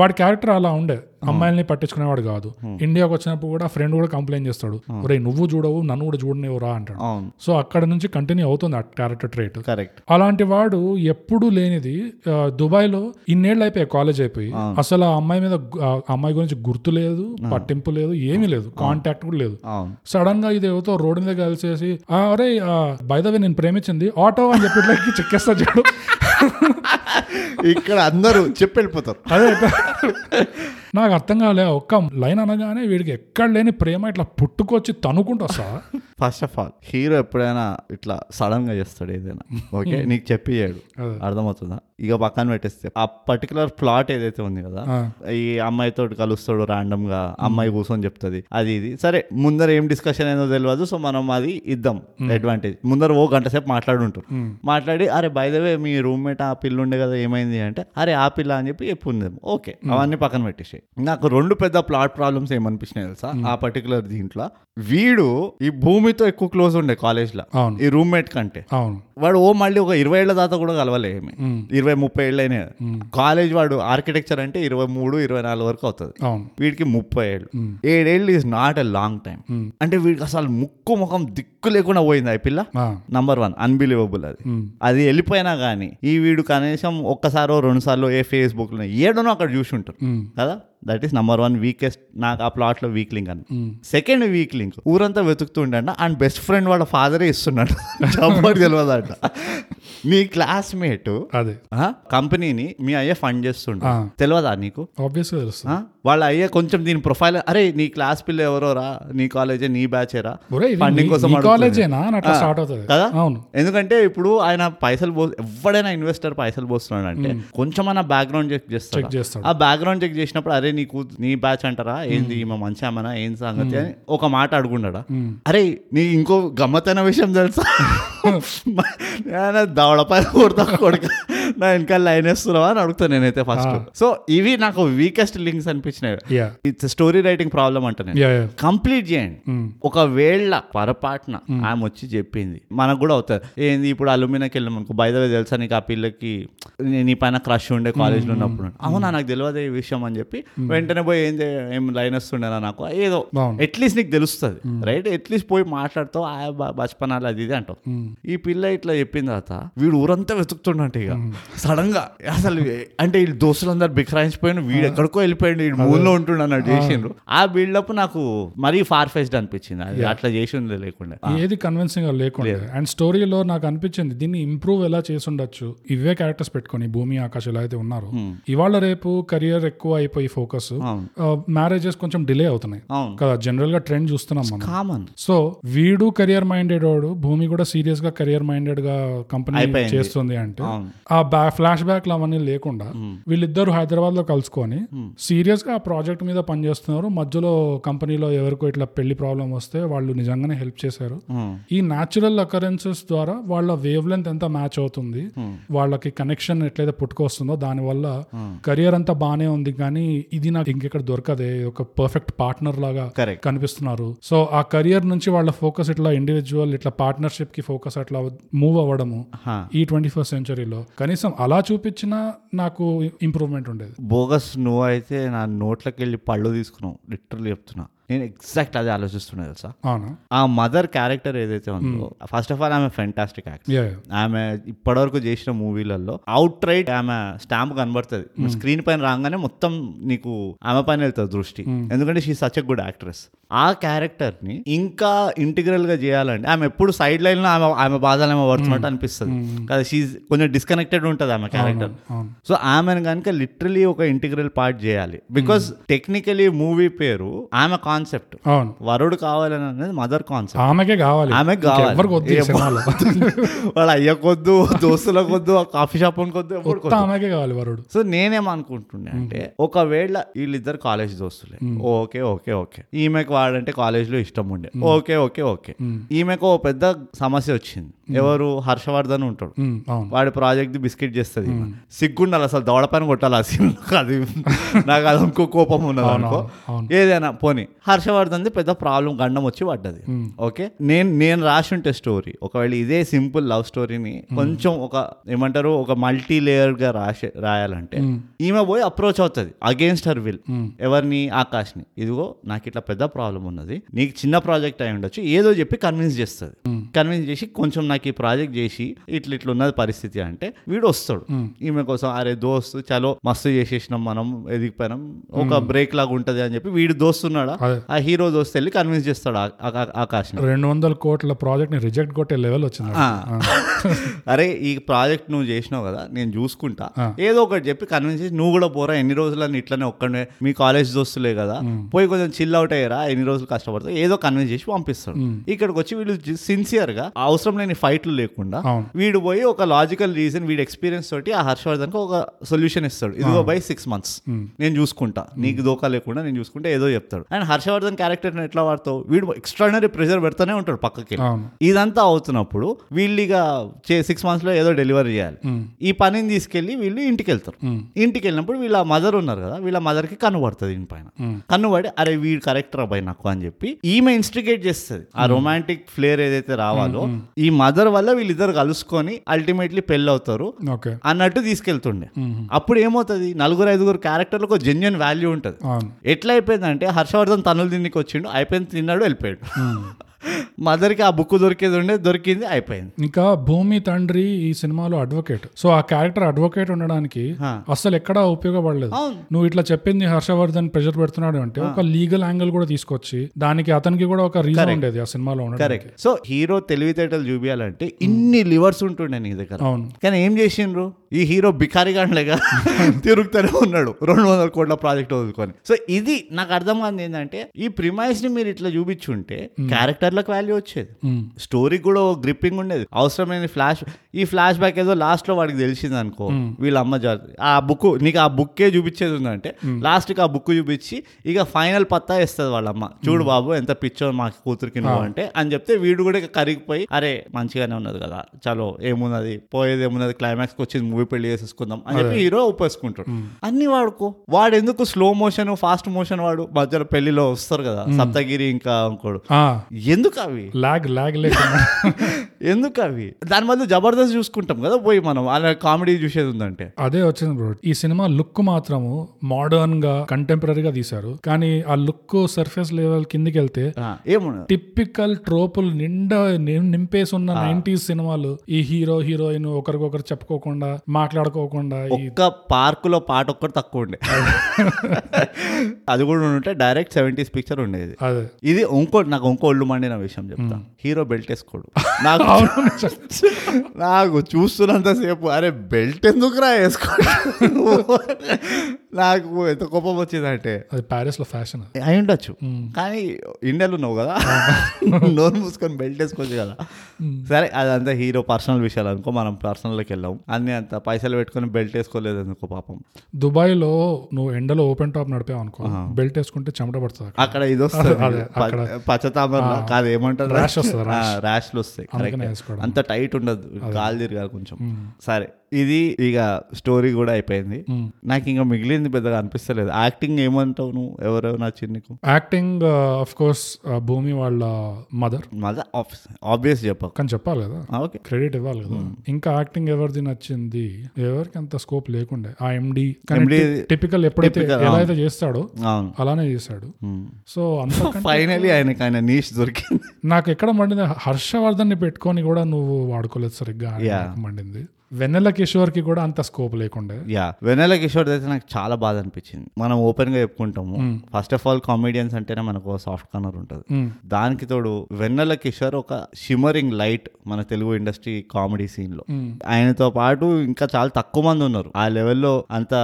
[SPEAKER 1] వాడి క్యారెక్టర్ అలా ఉండే అమ్మాయిల్ని పట్టించుకునేవాడు కాదు ఇండియాకి వచ్చినప్పుడు కూడా ఫ్రెండ్ కూడా కంప్లైంట్ చేస్తాడు ఒరే నువ్వు చూడవు నన్ను కూడా చూడనివ్వరా అంటాడు
[SPEAKER 3] అవును
[SPEAKER 1] సో అక్కడ నుంచి కంటిన్యూ అవుతుంది ఆ క్యారెక్టర్ ట్రేట్
[SPEAKER 3] కరెక్ట్
[SPEAKER 1] అలాంటి వాడు ఎప్పుడూ లేనిది ఆ, దుబాయ్లో ఇన్నేళ్ళు అయిపోయాయి కాలేజ్ అయిపోయి అసలు ఆ అమ్మాయి మీద గు- ఆ అమ్మాయి గురించి గుర్తు లేదు పట్టింపు లేదు ఏమీ లేదు కాంటాక్ట్ కూడా లేదు
[SPEAKER 3] అవును
[SPEAKER 1] సడన్ గా ఇది ఏవతో రోడ్డు మీద కలిసేసి "ఆ, అరే బై ద వే నేను ప్రేమించింది ఆటో అని చెప్పి చెక్కేస్తా చూడు
[SPEAKER 3] ఇక్కడ అందరూ చెప్పి వెళ్ళిపోతారు
[SPEAKER 1] అదే నాకు అర్థం కాలే ఒక్క లైన్ అనగానే వీడికి ఎక్కడ లేని ప్రేమ ఇట్లా పుట్టుకొచ్చి తనుకుంటా sir
[SPEAKER 3] first of all hero ఎప్పుడైనా ఇట్లా సడన్ గా చేస్తాడు ఏదైనా ఓకే నీకు చెప్పి చేయడు
[SPEAKER 1] Hmm. అదే.
[SPEAKER 3] అర్థమవుతుందా ఇక పక్కన పెట్టేస్తే ఆ పర్టికులర్ ప్లాట్ ఏదైతే ఉంది కదా
[SPEAKER 1] ఆ. Hmm.
[SPEAKER 3] ఈ అమ్మాయితో కలుస్తాడు random గా అమ్మాయి కూర్చొని చెప్తుంది అది ఇది సరే ముందర ఏం డిస్కషన్ అయిందో తెలియదు సో మనం అది ఇద్దాం
[SPEAKER 1] Hmm.
[SPEAKER 3] అడ్వాంటేజ్ ముందర ఓ గంట సేపు మాట్లాడుంటారు మాట్లాడి అరే బయదవే మీ రూమ్మేట్ ఆ పిల్ల ఉండే కదా ఏమైంది అంటే అరే ఆ పిల్ల అని చెప్పి చెప్పుంది ఓకే అవన్నీ పక్కన పెట్టేసి నాకు రెండు పెద్ద ప్లాట్ ప్రాబ్లమ్స్ ఏమనిపించినాయి తెలుసా ఆ పర్టికులర్ దీంట్లో వీడు ఈ భూమితో ఎక్కువ క్లోజ్ ఉండే కాలేజ్ లో
[SPEAKER 1] అవును.
[SPEAKER 3] ఈ రూమ్మేట్ కంటే
[SPEAKER 1] అవును
[SPEAKER 3] వాడు ఓ మళ్ళీ ఒక ఇరవై ఏళ్ల దాకా కూడా కలవలే ఏమి
[SPEAKER 1] మ్మ్.
[SPEAKER 3] ఇరవై ముప్పై ఏళ్ళైనా కాలేజ్ వాడు ఆర్కిటెక్చర్ అంటే ఇరవై మూడు ఇరవై నాలుగు వరకు అవుతుంది
[SPEAKER 1] అవును
[SPEAKER 3] వీడికి ముప్పై ఏళ్ళు ఏడేళ్ళు is not a long time అంటే వీడికి అసలు ముక్కు ముఖం దిక్కు లేకుండా పోయింది ఆ పిల్ల
[SPEAKER 1] ఆ,
[SPEAKER 3] నంబర్ వన్ అన్బిలీవబుల్ అది
[SPEAKER 1] మ్మ్.
[SPEAKER 3] అది వెళ్ళిపోయినా కానీ ఈ వీడు కనీసం ఒక్కసారో రెండు సార్లు ఏ ఫేస్బుక్లో ఏడనో అక్కడ చూసి ఉంటారు
[SPEAKER 1] మ్మ్.
[SPEAKER 3] కదా that is number one weakest నాకు ఆ ప్లాట్లో వీక్ లింక్ అని సెకండ్ వీక్ లింక్ ఊరంతా వెతుకుతుండంట అండ్ బెస్ట్ ఫ్రెండ్ వాళ్ళ ఫాదరే ఇస్తున్నాడు చెప్పడు తెలియదంట నీ క్లాస్మేట్
[SPEAKER 1] అదే
[SPEAKER 3] కంపెనీని మీ అయ్యే ఫండ్ చేస్తుండ
[SPEAKER 1] ఆ.
[SPEAKER 3] తెలియదా నీకు
[SPEAKER 1] ఆబ్వియస్ గా తెలుస్తుంది
[SPEAKER 3] ఆ? వాళ్ళ అయ్యే కొంచెం దీని ప్రొఫైల్ అరే నీ క్లాస్ పిల్ల ఎవరో రా నీ కాలేజే నీ బ్యాచేరా
[SPEAKER 1] ఒరేయ్, ఇది
[SPEAKER 3] ఫండింగ్
[SPEAKER 1] మీ-
[SPEAKER 3] కోసం
[SPEAKER 1] మీ
[SPEAKER 3] అడుగుతున్నాడు.
[SPEAKER 1] కాలేజేనా అని అట్లా
[SPEAKER 3] ఆ,
[SPEAKER 1] స్టార్ట్ అవుతుంది
[SPEAKER 3] కదా
[SPEAKER 1] అవును
[SPEAKER 3] ఎందుకంటే ఇప్పుడు ఆయన పైసలు పో ఎవడైనా ఇన్వెస్టర్ పైసలు పోస్తున్నాడు అంటే కొంచెం ఆయన బ్యాక్గ్రౌండ్ చెక్
[SPEAKER 1] Check చేస్తాడు.
[SPEAKER 3] చేస్తాడు ఆ బ్యాక్గ్రౌండ్ చెక్ చేసినప్పుడు అరే నీకు నీ బ్యాచ్ అంటారా ఏంది ఈమె మంచి ఆమెనా ఏం సంగతి అని ఒక మాట అడుగుండడా అరే నీ ఇంకో గమ్మత్తైన విషయం తెలుసా దవడపై కొడతా కొడక నా ఇంకా లైన్ వేస్తున్నావా అని అడుగుతాను నేనైతే ఫస్ట్ సో ఇవి నాకు వీకెస్ట్ లింక్స్ అనిపించినాయి
[SPEAKER 1] yeah
[SPEAKER 3] it's story writing problem అంట నేను
[SPEAKER 1] యా యా
[SPEAKER 3] కంప్లీట్ చేయండి ఒకవేళ పొరపాటున ఆమె వచ్చి చెప్పింది మనకు కూడా అవుతుంది ఏంది ఇప్పుడు అలుమినాకి వెళ్ళాం అనుకో బయదవే తెలుసా నీకు ఆ పిల్లకి నీ- నీ పైన క్రష్ ఉండే కాలేజ్లో ఉన్నప్పుడు అవునా నాకు తెలియదు ఈ విషయం అని చెప్పి వెంటనే పోయి ఏం చే- ఏం లైన్ వస్తుండేనా నాకు ఏదో
[SPEAKER 1] అవును.
[SPEAKER 3] ఎట్లీస్ట్ నీకు తెలుస్తుంది రైట్ ఎట్లీస్ట్ పోయి మాట్లాడతావు ఆ బ- బచపనాలు అది ఇది అంటావు ఈ పిల్ల ఇట్లా చెప్పిన తర్వాత వీడు ఊరంతా వెతుకుతుండంట ఇక సడన్ గా అసలు ఏ- అంటే వీళ్ళు దోస్తులందరూ బిక్రాయించిపోయిన వీడు ఎక్కడికో వెళ్ళిపోయాడు వీడు మూలలో ఉంటుండ అన్నట్టు చేసిండ్రు ఆ బిల్డప్ నాకు మరీ ఫార్ ఫెస్డ్ అనిపించింది అది అట్లా చేసింది లేకుండా
[SPEAKER 1] ఏది కన్విన్సింగ్ గా లేకుండా అండ్ స్టోరీలో నాకు అనిపించింది దీన్ని ఇంప్రూవ్ ఎలా చేసి ఉండొచ్చు ఇవే క్యారెక్టర్స్ పెట్టుకొని భూమి ఆకాశ్ ఎలా అయితే ఉన్నారో ఇవాళ రేపు కెరియర్ ఎక్కువ అయిపోయి ఫోకస్
[SPEAKER 3] Hmm. అవును.
[SPEAKER 1] మ్యారేజెస్ కొంచెం డిలే అవుతున్నాయి
[SPEAKER 3] అవును
[SPEAKER 1] కదా జనరల్ గా ట్రెండ్ చూస్తున్నాం మనం
[SPEAKER 3] కామన్
[SPEAKER 1] సో వీడు కెరియర్ మైండెడ్ వాడు భూమి కూడా సీరియస్ గా కెరియర్ మైండెడ్ గా కంపెనీ
[SPEAKER 3] అయిపోయింది.
[SPEAKER 1] చేస్తుంది అంటే
[SPEAKER 3] అవును.
[SPEAKER 1] ఆ ఫ్లాష్ బ్యాక్ అవన్నీ లేకుండా వీళ్ళిద్దరు హైదరాబాద్ లో కలుసుకొని సీరియస్ గా ఆ ప్రాజెక్ట్ మీద పనిచేస్తున్నారు మధ్యలో కంపెనీలో ఎవరికో ఇట్లా పెళ్లి ప్రాబ్లం వస్తే వాళ్ళు నిజంగానే హెల్ప్ చేశారు ఈ న్యాచురల్ అకరెన్సెస్ ద్వారా వాళ్ళ వేవ్ లెంత్ ఎంత మ్యాచ్ అవుతుంది
[SPEAKER 3] Hmm.
[SPEAKER 1] వాళ్ళకి కనెక్షన్ ఎట్లయితే పుట్టుకొస్తుందో దానివల్ల
[SPEAKER 3] Hmm.
[SPEAKER 1] కెరియర్ అంతా బానే ఉంది కానీ ఇది నాకు ఇంకెక్కడ దొరకదే ఒక పర్ఫెక్ట్ పార్ట్నర్ లాగా
[SPEAKER 3] Correct.
[SPEAKER 1] కనిపిస్తున్నారు సో ఆ కెరియర్ నుంచి వాళ్ళ ఫోకస్ ఇట్లా ఇండివిజువల్ ఇట్లా పార్ట్నర్షిప్ కి ఫోకస్ అట్లా మూవ్ అవ్వడము ఈ ట్వంటీ ఫస్ట్ సెంచరీలో కనీసం అలా చూపించినా నాకు ఇంప్రూవ్మెంట్ ఉండేది
[SPEAKER 3] బోగస్ నువ్వు అయితే నా నోట్లోకి వెళ్ళి పళ్ళు తీసుకున్నావు లిటరల్ చెప్తున్నా నేను ఎగ్జాక్ట్ అదే ఆలోచిస్తున్నా తెలుసా
[SPEAKER 1] అవునా
[SPEAKER 3] ఆ మదర్ క్యారెక్టర్ ఏదైతే ఉందో ఫస్ట్ ఆఫ్ ఆల్ ఆమె ఫెంటాస్టిక్ యాక్టర్
[SPEAKER 1] యా
[SPEAKER 3] ఆమె ఇప్పటివరకు చేసిన మూవీలలో అవుట్ రైట్ ఆమె స్టాంప్ కనబడుతుంది స్క్రీన్ పైన రాగానే మొత్తం నీకు ఆమె పైన వెళ్తుంది దృష్టి ఎందుకంటే she such a good actress ఆ క్యారెక్టర్ ని ఇంకా ఇంటిగ్రల్ గా చేయాలంటే ఆమె ఎప్పుడు సైడ్ లైన్ లో ఆమె ఆమె బాధలు ఆమె పడుతున్నట్టు అనిపిస్తుంది కదా షీ కొంచెం డిస్కనెక్టెడ్ ఉంటుంది ఆమె క్యారెక్టర్
[SPEAKER 1] అవును
[SPEAKER 3] సో ఆమెను కనుక లిటరలీ ఒక ఇంటిగ్రల్ పార్ట్ చేయాలి బికాస్ టెక్నికలీ మూవీ పేరు ఆమె కాన్సెప్ట్
[SPEAKER 1] అవును
[SPEAKER 3] వరుడు కావాలని అనేది మదర్ కాన్సెప్ట్
[SPEAKER 1] ఆమెకే కావాలి
[SPEAKER 3] ఆమెకు కావాలి.
[SPEAKER 1] ఎవరికి వద్దు ఈ
[SPEAKER 3] ఏ
[SPEAKER 1] సినిమాలో
[SPEAKER 3] వాళ్ళ అయ్యకొద్దు దోస్తులకొద్దు ఆ కాఫీ షాప్ కొద్దు ఎవరికొద్దు
[SPEAKER 1] మొత్తం ఆమెకే కావాలి వరుడు
[SPEAKER 3] సో నేనేమనుకుంటున్నా అంటే ఒకవేళ వీళ్ళిద్దరు కాలేజ్ దోస్తులే ఓకే ఓకే ఓకే ఈమెకు వాడంటే కాలేజ్ లో ఇష్టం ఉండే ఓకే ఓకే ఓకే ఈమెకు ఓ పెద్ద సమస్య వచ్చింది ఎవరు హర్షవర్ధన్ ఉంటాడు
[SPEAKER 1] ఉమ్, అవును
[SPEAKER 3] వాడి ప్రాజెక్ట్ ది బిస్కెట్ చేస్తుంది ఈమె. సిగ్గుండాలి అసలు దవడ పైన కొట్టాలి ఆ scene లో. అది నాకు అది ఇంకో కోపం ఉన్నది అనుకో
[SPEAKER 1] అవును.
[SPEAKER 3] ఏదైనా పోనీ హర్షవర్ధన్ది పెద్ద ప్రాబ్లం గండం వచ్చి పడ్డది ఓకే నేను నేను రాసి ఉంటే స్టోరీ ఒకవేళ ఇదే సింపుల్ లవ్ స్టోరీని కొంచెం ఒక ఏమంటారు ఒక మల్టీ లేయర్ గా రాసే రాయాలంటే ఈమె పోయి అప్రోచ్ అవుతుంది అగేన్స్ట్ హర్ విల్ ఎవరిని ఆకాష్ని ఇదిగో నాకు ఇట్లా పెద్ద ప్రాబ్లం ఉన్నది నీకు చిన్న ప్రాజెక్ట్ అయి ఉండొచ్చు ఏదో చెప్పి కన్విన్స్ చేస్తుంది కన్విన్స్ చేసి కొంచెం నాకు ఈ ప్రాజెక్ట్ చేసి ఇట్లా ఇట్లా ఉన్నది పరిస్థితి అంటే వీడు వస్తాడు ఈమె కోసం అరే దోస్తు చలో మస్తు చేసేసినాం మనం ఎదిగిపోయినాం ఒక బ్రేక్ లాగా ఉంటది అని చెప్పి వీడు దోస్తున్నాడా
[SPEAKER 1] అదే
[SPEAKER 3] ఆ హీరో దోస్తు వెళ్ళి కన్విన్స్ చేస్తాడు ఆ- ఆ- ఆ- ఆకాష్ని
[SPEAKER 1] రెండు వందల కోట్ల ప్రాజెక్ట్ ని రిజెక్ట్ కొట్టే లెవెల్ వచ్చింది
[SPEAKER 3] ఆ. అరే ఈ ప్రాజెక్ట్ నువ్వు చేసినావు కదా నేను చూసుకుంటా ఏదో ఒకటి చెప్పి కన్విన్స్ చేసి నువ్వు కూడా పోరా ఎన్ని రోజులని ఇట్లనే ఒక్కడే మీ కాలేజ్ దోస్తులే కదా పోయి కొంచెం చిల్ అవుట్ అయ్యారా ఎన్ని రోజులు కష్టపడతావు ఏదో కన్విన్స్ చేసి పంపిస్తాడు ఇక్కడికి వచ్చి వీళ్ళు సిన్సియర్ గా అవసరం లేని ఫైట్లు లేకుండా
[SPEAKER 1] అవును.
[SPEAKER 3] వీడు పోయి ఒక లాజికల్ రీజన్ వీడి ఎక్స్పీరియన్స్ తోటి ఆ హర్షవర్ధన్ ఒక సొల్యూషన్ ఇస్తాడు ఇదిగో బై సిక్స్ మంత్స్ నేను చూసుకుంటా నీకు దోకా లేకుండా నేను చూసుకుంటే ఏదో చెప్తాడు అండ్ హర్షవర్ధన్ క్యారెక్టర్ ఎట్లా వాడతావు వీడు ఎక్స్ట్రాడినరీ ప్రెషర్ పెడతానే ఉంటాడు పక్కకి వెళ్ళి.
[SPEAKER 1] అవును.
[SPEAKER 3] ఇదంతా అవుతున్నప్పుడు వీళ్ళు ఇక చే సిక్స్ మంత్స్లో ఏదో డెలివరీ చేయాలి ఈ పనిని తీసుకెళ్ళి వీళ్ళు ఇంటికి వెళ్తారు ఇంటికి వెళ్ళినప్పుడు వీళ్ళ మదర్ ఉన్నారు కదా వీళ్ళ మదర్కి కనుపడుతుంది దీని పైన కనుపడి అరే వీడు కరెక్టర్ అబ్బాయి నాకు అని చెప్పి ఈమె ఇన్స్టిగేట్ చేస్తుంది ఆ రొమాంటిక్ ఫ్లేర్ ఏదైతే రావాలో ఈ మదర్ వల్ల వీళ్ళిద్దరు కలుసుకొని అల్టిమేట్లీ పెళ్ళి అవుతారు
[SPEAKER 1] ఓకే
[SPEAKER 3] అన్నట్టు తీసుకెళ్తుండే అప్పుడు ఏమవుతుంది నలుగురు ఐదుగురు క్యారెక్టర్లకు ఒక జెన్యున్ వాల్యూ ఉంటుంది
[SPEAKER 1] అవును
[SPEAKER 3] ఎట్లా అయిపోయిందంటే హర్షవర్ధన్ తనులు తిన్నికి వచ్చిండు అయిపోయింది తిన్నాడు వెళ్ళిపోయాడు మదర్కి ఆ బుక్ దొరికేది ఉండే దొరికింది అయిపోయింది
[SPEAKER 1] ఇంకా భూమి తండ్రి ఈ సినిమాలో అడ్వకేట్ సో ఆ క్యారెక్టర్ అడ్వకేట్ ఉండడానికి అసలు ఎక్కడా ఉపయోగపడలేదు నువ్వు ఇట్లా చెప్పింది హర్షవర్ధన్ ప్రెషర్ పెడుతున్నాడు అంటే ఒక లీగల్ యాంగిల్ కూడా తీసుకొచ్చి దానికి అతనికి కూడా ఒక రీజన్ ఉండేది ఆ సినిమాలో ఉండడం
[SPEAKER 3] కరెక్ట్ సో హీరో తెలివితేటలు చూపించాలంటే ఇన్ని లివర్స్ ఉంటుండే నీ దగ్గర
[SPEAKER 1] అవును
[SPEAKER 3] కానీ ఏం చేసిండ్రు ఈ హీరో బికారిగాండ్లేగా తిరుగుతూనే ఉన్నాడు రెండు వందల కోట్ల ప్రాజెక్ట్ వదులుకొని సో ఇది నాకు అర్థం కాదు ఏంటంటే ఈ ప్రిమైస్ ని మీరు ఇట్లా చూపించుంటే క్యారెక్టర్లకు వాల్యూ వచ్చేది
[SPEAKER 1] ఉమ్.
[SPEAKER 3] స్టోరీ కూడా గ్రిప్పింగ్ ఉండేది అవసరమైన ఫ్లాష్ ఈ ఫ్లాష్ బ్యాక్ ఏదో లాస్ట్ లో వాడికి తెలిసింది అనుకో వీళ్ళ అమ్మ జా ఆ బుక్ నీకు ఆ బుక్కే చూపించేది ఉందంటే లాస్ట్ కి ఆ బుక్ చూపించి ఇక ఫైనల్ పత్తా ఇస్తుంది వాళ్ళమ్మ చూడు బాబు ఎంత పిచ్చో మా కూతురికి నువ్వు అంటే అని చెప్తే వీడు కూడా ఇక కరిగిపోయి అరే మంచిగానే ఉన్నది కదా చలో ఏమున్నది పోయేది ఏమున్నది క్లైమాక్స్ కి వచ్చింది మూవీ పెళ్లి చేసేసుకుందాం అని చెప్పి హీరో ఉపయోగించుకుంటాడు అన్ని వాడుకో వాడు ఎందుకు స్లో మోషన్ ఫాస్ట్ మోషన్ వాడు మధ్యలో పెళ్లిలో వస్తారు కదా సప్తగిరి ఇంకా ఇంకోడు
[SPEAKER 1] ఆ
[SPEAKER 3] ఎందుకు అవి
[SPEAKER 1] లాగ్ లాగ్ లేకుండా
[SPEAKER 3] ఎందుకు అవి దాని బదులు జబర్దస్త్ చూసుకుంటాం కదా పోయి మనం అలా కామెడీ చూసేది ఉందంటే
[SPEAKER 1] అదే వచ్చింది బ్రో ఈ సినిమా లుక్ మాత్రము మోడర్న్ గా కంటెంపరీ గా తీశారు కానీ ఆ లుక్ సర్ఫేస్ లెవెల్ కిందికి వెళ్తే
[SPEAKER 3] ఆ, ఏమున్నా
[SPEAKER 1] టిప్పికల్ ట్రోపులు నిండా నిం- నింపేసి ఉన్న నైన్టీస్ సినిమాలు ఈ హీరో హీరోయిన్ ఒకరికొకరు చెప్పుకోకుండా మాట్లాడుకోకుండా ఈ
[SPEAKER 3] ఒక్క పార్కులో పాట ఒక్కటి తక్కువ ఉండే అది కూడా ఉంటే డైరెక్ట్ సెవెంటీస్ పిక్చర్ ఉండేది
[SPEAKER 1] అదే
[SPEAKER 3] ఇది ఇంకో నాకు ఇంకో ఒళ్ళు మండిన విషయం చెప్తా హీరో బెల్ట్ వేసుకోడు నాకు నాకు చూస్తున్నంత సేపు అరే బెల్ట్ ఎందుకురా వేసుకోడు నాకు ఎంత కోపం వచ్చిందంటే
[SPEAKER 1] అది ప్యారిస్ లో ఫ్యాషన్ అది
[SPEAKER 3] అయి ఉండొచ్చు కానీ ఇండియాలో ఉన్నావు కదా నోరు మూసుకొని బెల్ట్ వేసుకోవచ్చు కదా సరే అదంతా హీరో పర్సనల్ విషయాలు అనుకో మనం పర్సనల్కి వెళ్ళాం అన్ని అంత పైసలు పెట్టుకొని బెల్ట్ వేసుకోలేదు ఎందుకో పాపం
[SPEAKER 1] దుబాయ్ లో నువ్వు ఎండలో ఓపెన్ టాప్ నడిపావు అనుకో బెల్ట్ వేసుకుంటే చెమట పడుతుంది అక్కడ.
[SPEAKER 3] అక్కడ ఇది వస్తుంది
[SPEAKER 1] అదే, అక్కడ.
[SPEAKER 3] పచ్చతామర కాదు ఏమంటారు
[SPEAKER 1] Rash వస్తుంది,
[SPEAKER 3] ర్యాష్లు వస్తాయి
[SPEAKER 1] అందుకనే
[SPEAKER 3] కరెక్ట్
[SPEAKER 1] వేసుకోవడం.
[SPEAKER 3] అంత టైట్ ఉండదు కాలు తిరగాలి కొంచెం సరే ఇది ఇక స్టోరీ కూడా అయిపోయింది నాకు ఇంకా మిగిలింది పెద్దగా అనిపిస్తలేదు యాక్టింగ్ ఏమంటావు నువ్వు ఎవరెవరు నచ్చింది నీకు
[SPEAKER 1] యాక్టింగ్ ఆఫ్ కోర్స్ భూమి వాళ్ళ మదర్
[SPEAKER 3] మళ్ళీ ఆబ్వియస్ చెప్పకు
[SPEAKER 1] కానీ చెప్పాలి కదా
[SPEAKER 3] ఆ, ఓకే
[SPEAKER 1] క్రెడిట్ ఇవ్వాలి కదా ఇంకా యాక్టింగ్ ఎవరిది నచ్చింది ఎవరికి అంత స్కోప్ లేకుండే ఆ ఎండి
[SPEAKER 3] MD
[SPEAKER 1] టిపికల్ ఎప్పుడైతే
[SPEAKER 3] typical,
[SPEAKER 1] ఎలా అయితే చేస్తాడో
[SPEAKER 3] అవును
[SPEAKER 1] అలానే చేశాడు సో అంత
[SPEAKER 3] ఫైనలీ ఆయనకి ఆయన నీష్ దొరికింది
[SPEAKER 1] నాకు ఎక్కడ మండింది హర్షవర్ధన్ ని పెట్టుకొని కూడా నువ్వు వాడుకోలేదు సరిగ్గా అని
[SPEAKER 3] Yeah.
[SPEAKER 1] నాకు మండింది వెన్నెల కిషోర్ కి కూడా అంత స్కోప్ లేకుండే
[SPEAKER 3] యా వెనెల కిషోర్ అయితే నాకు చాలా బాధ అనిపించింది మనం ఓపెన్ గా చెప్పుకుంటాము ఫస్ట్ ఆఫ్ ఆల్ కామెడియన్స్ అంటేనే మనకు సాఫ్ట్ కార్నర్ ఉంటుంది దానికి తోడు వెన్నెల కిషోర్ ఒక షిమరింగ్ లైట్ మన తెలుగు ఇండస్ట్రీ కామెడీ సీన్ లో ఆయనతో పాటు ఇంకా చాలా తక్కువ మంది ఉన్నారు ఆ లెవెల్లో అంత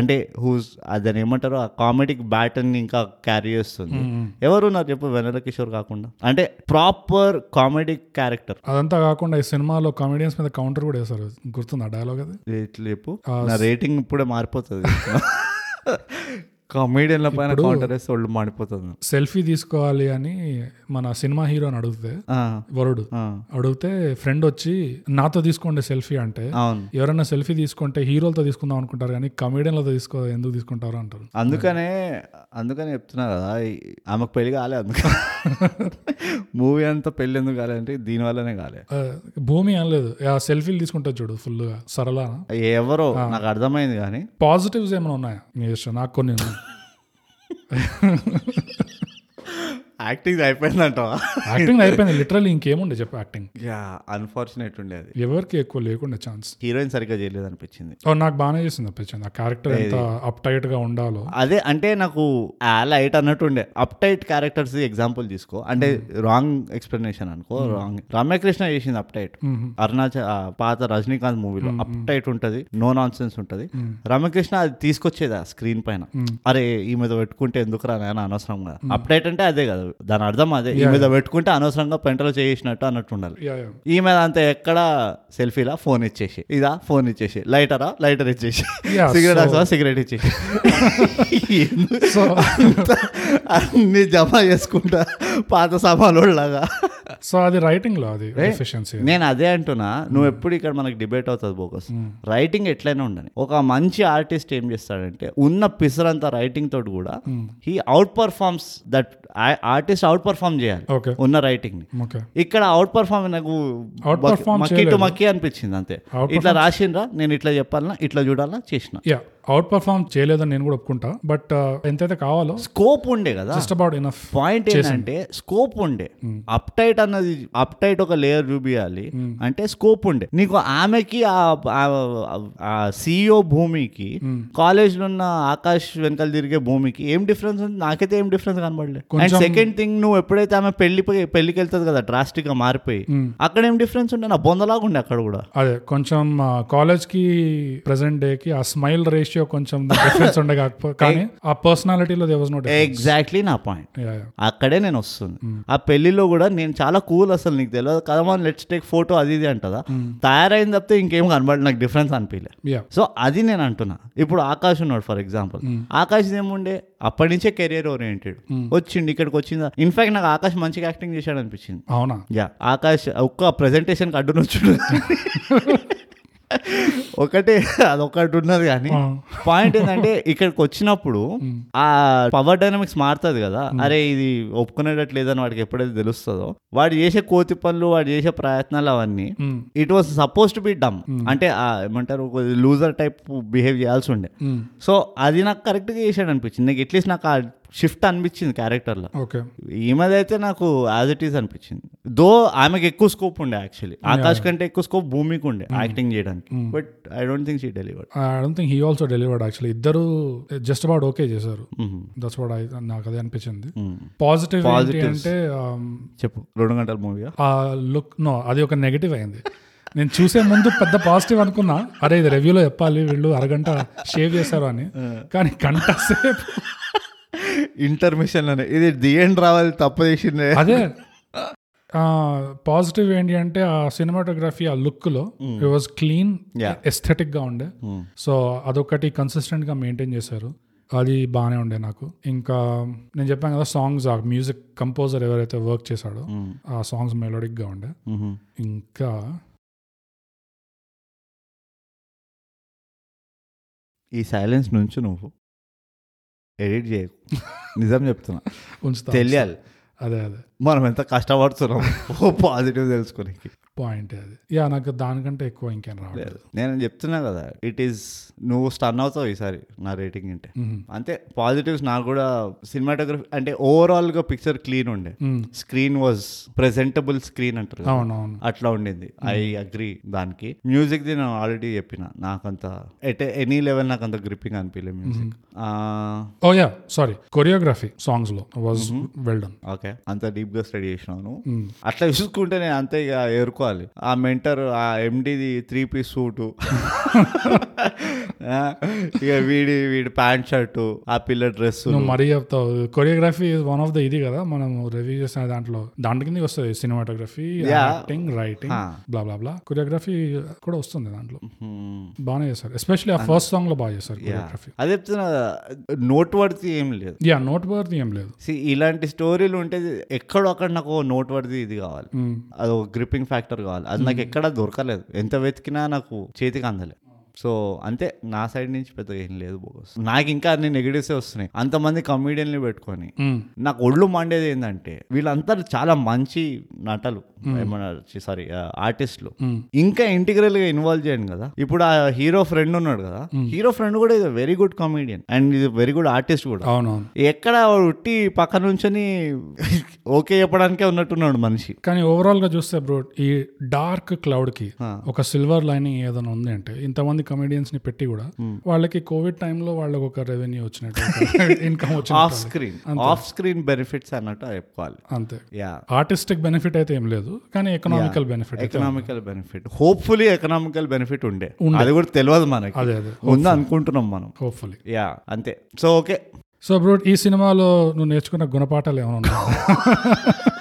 [SPEAKER 3] అంటే హూస్ అదని ఏమంటారు ఆ కామెడీకి బ్యాటన్ ఇంకా క్యారీ చేస్తుంది ఎవరున్నారు చెప్పు వెన్నెల కిషోర్ కాకుండా అంటే ప్రాపర్ కామెడీ క్యారెక్టర్
[SPEAKER 1] అదంతా కాకుండా ఈ సినిమాలో కామెడియన్స్ మీద కౌంటర్ కూడా వేశారు గుర్తుంది ఆ డైలాగ్ అది
[SPEAKER 3] రేట్లు చెప్పు నా రేటింగ్ ఇప్పుడే మారిపోతుంది కామెడియన్ల పైన కౌంటర్ వేస్తే ఒళ్ళు మాడిపోతుంది
[SPEAKER 1] సెల్ఫీ తీసుకోవాలి అని మన సినిమా హీరోని అడిగితే
[SPEAKER 3] ఆ,
[SPEAKER 1] వరుడు
[SPEAKER 3] ఆ,
[SPEAKER 1] అడిగితే ఫ్రెండ్ వచ్చి నాతో తీసుకోండి సెల్ఫీ అంటే
[SPEAKER 3] అవును
[SPEAKER 1] ఎవరైనా సెల్ఫీ తీసుకుంటే హీరోలతో తీసుకుందాం అనుకుంటారు కానీ కమెడియన్లతో తీసుకో ఎందుకు తీసుకుంటారు అంటారు
[SPEAKER 3] అందుకనే అందుకనే చెప్తున్నా కదా ఈ- ఆమెకు పెళ్లి కాలే అందుకని మూవీ అంతా పెళ్లి ఎందుకు కాలే అంటే దీనివల్లనే కాలే
[SPEAKER 1] ఆ, భూమి అనలేదు ఆ సెల్ఫీలు తీసుకుంటారు చూడు ఫుల్ గా సరళ
[SPEAKER 3] ఎవరో నాకు అర్థమైంది కానీ
[SPEAKER 1] పాజిటివ్స్ ఏమైనా ఉన్నాయా నీ ఇష్టం, నాకు కొన్ని ఉన్నాయి.
[SPEAKER 3] యాక్టింగ్ అయిపోయిందంటావా
[SPEAKER 1] యాక్టింగ్ అయిపోయింది లిటరల్లీ ఇంకేముండే చెప్పు యాక్టింగ్
[SPEAKER 3] యా అన్ఫార్చునేట్ ఉండే అది
[SPEAKER 1] ఎవరికి ఎక్కువ లేకుండా ఛాన్స్
[SPEAKER 3] హీరోయిన్ సరిగ్గా చేయలేదు అనిపించింది
[SPEAKER 1] ఓ నాకు బాగానే చేసింది అనిపించింది ఆ క్యారెక్టర్ ఎంత అప్ టైట్ గా ఉండాలో
[SPEAKER 3] అదే అంటే నాకు ఆ లైట్ అన్నట్టు ఉండే అప్ టైట్ క్యారెక్టర్స్ ఎగ్జాంపుల్ తీసుకో అంటే రాంగ్ ఎక్స్ప్లెనేషన్ అనుకో రాంగ్ రమ్యకృష్ణ చేసింది అప్ టైట్ అరుణాచల్ ఆ పాత రజనీకాంత్ మూవీలో అప్ టైట్ ఉంటది నో నాన్ సెన్స్ ఉంటది రమ్యకృష్ణ అది తీసుకొచ్చేది ఆ స్క్రీన్ పైన అరే ఈ మీద పెట్టుకుంటే ఎందుకు రా నాయన అనవసరం కదా అప్ టైట్ అంటే అదే కదా దాని అర్థం అదే ఈ మీద పెట్టుకుంటే అనవసరంగా పెంటలో చేసినట్టు అన్నట్టు ఉండాలి
[SPEAKER 1] యా యా
[SPEAKER 3] ఈ మీద అంత ఎక్కడ సెల్ఫీలా ఫోన్ ఇచ్చేసి ఇదా ఫోన్ ఇచ్చేసి లైటరా లైటర్ ఇచ్చేసి
[SPEAKER 1] Yeah,
[SPEAKER 3] సిగరెట్
[SPEAKER 1] so-
[SPEAKER 3] ఆసా సిగరెట్ ఇచ్చేసి ఏంది?
[SPEAKER 1] సో
[SPEAKER 3] అంత- అన్ని జమ చేసుకుంటా పాత సభలోళ్ళగా
[SPEAKER 1] సో అది రైటింగ్ లో అది ఎఫిషియన్సీ
[SPEAKER 3] నేను అదే అంటున్నా నువ్వు ఎప్పుడు ఇక్కడ మనకి డిబేట్ అవుతుంది బోకస్ రైటింగ్ ఎట్లయినా ఉండని ఒక మంచి ఆర్టిస్ట్ ఏం చేస్తాడంటే ఉన్న పిసరంత రైటింగ్ తోటి కూడా he outperforms that artist outperform చేయాలి
[SPEAKER 1] ఓకే
[SPEAKER 3] ఉన్న రైటింగ్ ని
[SPEAKER 1] ఓకే
[SPEAKER 3] ఇక్కడ అవుట్ పర్ఫార్మ్ నాకు
[SPEAKER 1] Out
[SPEAKER 3] బక్-
[SPEAKER 1] perform
[SPEAKER 3] మక్కి టు
[SPEAKER 1] చేయలేదు.
[SPEAKER 3] మక్కి అనిపించింది అంతే
[SPEAKER 1] Out
[SPEAKER 3] ఇట్లా రాసిండ్రా నేను ఇట్లా చెప్పాలనా ఇట్లా చూడాలనా చేసిన
[SPEAKER 1] యా అవుట్ పర్ఫార్మ్ చేయలేదని నేను కూడా ఒప్పుకుంటా బట్ ఎంతైతే కావాలో
[SPEAKER 3] స్కోప్ ఉండే కదా
[SPEAKER 1] జస్ట్ అబౌట్ ఇనఫ్
[SPEAKER 3] పాయింట్ ఏంటంటే స్కోప్ ఉండే
[SPEAKER 1] Hmm.
[SPEAKER 3] అప్ టైట్ అన్నది అప్ టైట్ ఒక లేయర్ చూపియాలి అంటే స్కోప్ ఉండే నీకు ఆమెకి ఆ- ఆ సీఈఓ భూమికి
[SPEAKER 1] Hmm.
[SPEAKER 3] కాలేజ్లో ఉన్న ఆకాష్ వెనకాల తిరిగే భూమికి ఏం డిఫరెన్స్ ఉంది నాకైతే ఏం డిఫరెన్స్ కనబడలేదు అండ్
[SPEAKER 1] కొంచెం-
[SPEAKER 3] సెకండ్ థింగ్ నువ్వు ఎప్పుడైతే ఆమె పెళ్లి పెళ్లికి వెళ్తుంది కదా డ్రాస్టిక్ గా మారిపోయి
[SPEAKER 1] Hmm.
[SPEAKER 3] అక్కడ ఏం డిఫరెన్స్ ఉండే నా బొందలాగా ఉండే అక్కడ కూడా
[SPEAKER 1] అదే కొంచెం కాలేజ్ కి ప్రెసెంట్ డే కి ఆ స్మైల్ రేషియో కొంచెం డిఫరెన్స్ ఉండే కాకపో- కానీ ఆ పర్సనాలిటీలో దే వాజ్ నో
[SPEAKER 3] ఎగ్జాక్ట్లీ నా పాయింట్
[SPEAKER 1] యా యా
[SPEAKER 3] అక్కడే నేను వస్తుంది ఆ పెళ్లిలో కూడా నేను చాలా కూల్ అసలు నీకు తెలియదు కదా మనం లెట్స్ టేక్ ఫోటో అది ఇది అంటదా తయారైంది తప్పితే ఇంకేం కనబడి నాకు డిఫరెన్స్ అనిపించలే
[SPEAKER 1] యా
[SPEAKER 3] సో అది నేను అంటున్నా ఇప్పుడు ఆకాష్ ఉన్నాడు ఫర్ ఎగ్జాంపుల్ ఆకాష్ ఏముండే అప్పటి నుంచే కెరియర్ ఓరియంటెడ్ వచ్చిండు ఇక్కడికి వచ్చిందా ఇన్ఫాక్ట్ నాకు ఆకాష్ మంచిగా యాక్టింగ్ చేశాడు అనిపించింది
[SPEAKER 1] అవునా
[SPEAKER 3] యా ఆకాష్ ఒక్క ప్రెజెంటేషన్కి అడ్డునొచ్చుడు ఒకటే అదొకటి ఉన్నది కానీ
[SPEAKER 1] ఆ.
[SPEAKER 3] పాయింట్ ఏంటంటే ఇక్కడికి వచ్చినప్పుడు ఆ పవర్ డైనమిక్స్ మారుతుంది కదా అరే ఇది ఒప్పుకునేటట్లేదని వాడికి ఎప్పుడైతే తెలుస్తుందో వాడు చేసే కోతి పనులు వాడు చేసే ప్రయత్నాలు అవన్నీ
[SPEAKER 1] మ్,
[SPEAKER 3] it was supposed to be dumb అంటే ఆ ఏమంటారు లూజర్ టైప్ బిహేవ్ చేయాల్సి ఉండే
[SPEAKER 1] మ్,
[SPEAKER 3] సో అది నాకు కరెక్ట్గా చేశాడు అనిపించింది నాకు ఎట్లీస్ట్ నాకు ఆ షిఫ్ట్ అనిపించింది క్యారెక్టర్లో
[SPEAKER 1] ఓకే
[SPEAKER 3] ఈమెదైతే నాకు యాజ్ ఇట్ ఈస్ అనిపించింది దో ఆమెకి ఎక్కువ స్కోప్ ఉండే యాక్చువల్లీ ఆకాష్ కంటే ఎక్కువ స్కోప్ భూమికి ఉండే యాక్టింగ్ చేయడానికి but I don't think she delivered
[SPEAKER 1] I don't think he also delivered actually ఇద్దరు జస్ట్ అబౌట్ ఓకే చేశారు దట్స్ వాట్ ఐ నాకు అదే అనిపించింది పాజిటివ్ ఏంటి అంటే um,
[SPEAKER 3] చెప్పు రెండు గంటల మూవీగా
[SPEAKER 1] ఆ లుక్ నో అది ఒక నెగటివ్ అయింది నేను చూసే ముందు పెద్ద పాజిటివ్ అనుకున్నా అరే ఇది రివ్యూలో చెప్పాలి వీళ్ళు అరగంట షేవ్ చేశారు అని కానీ గంట సేపు
[SPEAKER 3] ఇంటర్మిషన్ అని ఇది ది ఎండ్ రావాలి తప్పు చేసిందే
[SPEAKER 1] అదే పాజిటివ్ ఏంటి అంటే ఆ సినిమాటోగ్రఫీ ఆ లుక్ లో it was clean
[SPEAKER 3] Yeah.
[SPEAKER 1] Aesthetic గా ఉండే సో అదొకటి కన్సిస్టెంట్ గా మెయింటైన్ చేశారు అది బాగానే ఉండే నాకు ఇంకా నేను చెప్పాను కదా సాంగ్స్ ఆ మ్యూజిక్ కంపోజర్ ఎవరైతే వర్క్ చేశాడో ఆ సాంగ్స్ మెలోడిక్ గా ఉండే ఇంకా
[SPEAKER 3] ఈ సైలెన్స్ నుంచి నువ్వు ఎడిట్ చేయకు నిజం చెప్తున్నా
[SPEAKER 1] ఉంచుతా
[SPEAKER 3] తెలియాలి
[SPEAKER 1] అదే అదే
[SPEAKER 3] మనం ఎంత కష్టపడుతున్నాం ఓ పాజిటివ్ తెలుసుకోనికి
[SPEAKER 1] పాయింట్ అది యా నాకు దానికంటే ఎక్కువ ఇంకేం రావట్లేదు
[SPEAKER 3] నేను చెప్తున్నా కదా ఇట్ ఈస్ నువ్వు స్టన్ అవుతావు ఈసారి నా రేటింగ్ అంటే
[SPEAKER 1] మ్మ్.
[SPEAKER 3] అంతే పాజిటివ్స్ నాకు కూడా సినిమాటోగ్రఫీ అంటే ఓవరాల్ గా పిక్చర్ క్లీన్ ఉండే
[SPEAKER 1] మ్మ్.
[SPEAKER 3] స్క్రీన్ వాజ్ ప్రెజెంటబుల్ స్క్రీన్ అంటారు కదా.
[SPEAKER 1] అవునవును
[SPEAKER 3] అట్లా ఉండింది ఐ అగ్రి దానికి మ్యూజిక్ ది నేను ఆల్రెడీ చెప్పిన నాకంత ఎట్ ఎనీ లెవెల్ నాకు అంత గ్రిప్పింగ్ అనిపించలేదు music
[SPEAKER 1] oh yeah sorry choreography songs లో వాజ్ వెల్ డన్
[SPEAKER 3] ఓకే అంత డీప్ గా స్టడీ చేసినాను అట్లా చూసుకుంటే నేను అంతే ఇక ఏరుకోవాలి ఆ మెంటర్ ఆ ఎండిది త్రీ పీస్ సూటు ఇక వీడి వీడి ప్యాంట్ షర్టు ఆ పిల్ల డ్రెస్
[SPEAKER 1] నువ్వు మరీ చెప్తావు choreography is one of the ఇది కదా మనం రివ్యూ చేసిన దాంట్లో దాంట్లో కింద వస్తుంది cinematography acting writing blah blah blah choreography కూడా వస్తుంది దాంట్లో బాగానే చేశారు ఎస్పెషల్లీ ఆ ఫస్ట్ సాంగ్ లో బాగా చేశారు కొరియోగ్రఫీ
[SPEAKER 3] అది చెప్తున్నా నోట్ వర్ది ఏం లేదు
[SPEAKER 1] యా నోట్ వర్ది ఏం లేదు
[SPEAKER 3] See, ఇలాంటి స్టోరీలు ఉంటే ఎక్కడో అక్కడ నాకు నోట్ వర్ది ఇది కావాలి అది ఒక గ్రిప్పింగ్ ఫ్యాక్టర్ కావాలి అది నాకు ఎక్కడా దొరకలేదు ఎంత వెతికినా నాకు చేతికి అందలేదు సో అంతే నా సైడ్ నుంచి పెద్దగా ఏం లేదు బోగస్ నాకు ఇంకా అన్ని నెగిటివ్సే వస్తున్నాయి అంతమంది కమీడియన్లు పెట్టుకొని
[SPEAKER 1] మ్మ్.
[SPEAKER 3] నాకు ఒళ్ళు మండేది ఏంటంటే వీళ్ళంతా చాలా మంచి నటలు ఏమన్నా సారీ ఆర్టిస్టులు
[SPEAKER 1] మ్మ్.
[SPEAKER 3] ఇంకా ఇంటిగ్రల్ గా ఇన్వాల్వ్ చేయండి కదా ఇప్పుడు ఆ హీరో ఫ్రెండ్ ఉన్నాడు కదా హీరో ఫ్రెండ్ కూడా ఇది వెరీ గుడ్ కామెడియన్ అండ్ ఇది వెరీ గుడ్ ఆర్టిస్ట్ కూడా
[SPEAKER 1] అవునవును
[SPEAKER 3] ఎక్కడ వాడు ఉట్టి పక్క నుంచొని ఓకే చెప్పడానికే ఉన్నట్టున్నాడు మనిషి
[SPEAKER 1] కానీ ఓవరాల్ గా చూస్తే బ్రో ఈ డార్క్ క్లౌడ్ కి ఒక సిల్వర్ లైనింగ్ ఏదైనా ఉంది అంటే ఇంతమంది కమెడియన్స్ ని పెట్టి కూడా వాళ్ళకి కోవిడ్ టైంలో వాళ్ళకి ఒక రెవెన్యూ వచ్చినట్టు ఇన్కమ్
[SPEAKER 3] ఆఫ్
[SPEAKER 1] వచ్చినట్టు
[SPEAKER 3] స్క్రీన్ ఆఫ్ స్క్రీన్ బెనిఫిట్స్ అన్నట్టు చెప్పుకోవాలి
[SPEAKER 1] అంతే
[SPEAKER 3] యా
[SPEAKER 1] ఆర్టిస్టిక్ బెనిఫిట్ అయితే ఏం లేదు కానీ economical benefit
[SPEAKER 3] economical benefit hopefully economical benefit ఉండే అది కూడా తెలియదు మనకి
[SPEAKER 1] అదే అదే
[SPEAKER 3] ఉందా అనుకుంటున్నాం మనం
[SPEAKER 1] హోప్ఫుల్లీ
[SPEAKER 3] యా అంతే సో ఓకే
[SPEAKER 1] సో బ్రో ఈ సినిమాలో నువ్వు నేర్చుకున్న గుణపాఠాలు ఏమైనా ఉన్నాయా?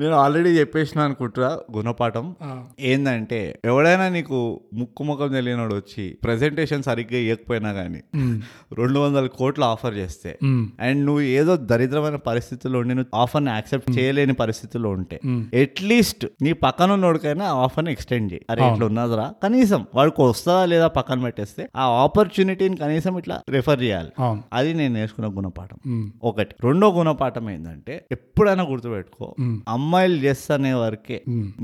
[SPEAKER 3] నేను ఆల్రెడీ చెప్పేసిన అనుకుంటురా గుణపాఠం
[SPEAKER 1] ఆ.
[SPEAKER 3] ఏందంటే ఎవడైనా నీకు ముక్కు ముఖం తెలియనోడు వచ్చి ప్రెజెంటేషన్ సరిగ్గా ఇవ్వకపోయినా కానీ రెండు వందల కోట్లు ఆఫర్ చేస్తే
[SPEAKER 1] మ్మ్.
[SPEAKER 3] అండ్ నువ్వు ఏదో దరిద్రమైన పరిస్థితుల్లో ఉండి నువ్వు ఆఫర్ని యాక్సెప్ట్ చేయలేని పరిస్థితుల్లో ఉంటే అట్లీస్ట్ నీ పక్కన ఉన్నోడికైనా ఆఫర్ని ఎక్స్టెండ్ చేయి అరే ఇట్లా ఉన్నదిరా కనీసం వాడికి వస్తుందా లేదా పక్కన పెట్టేస్తే ఆ ఆపర్చునిటీని కనీసం ఇట్లా రిఫర్ చేయాలి
[SPEAKER 1] అవును
[SPEAKER 3] అది నేను నేర్చుకున్న గుణపాఠం
[SPEAKER 1] మ్మ్.
[SPEAKER 3] ఒకటి రెండో గుణపాఠం ఏంటంటే ఎప్పుడైనా గుర్తుపెట్టుకో అమ్మాయిలు చేస్తనే వరకే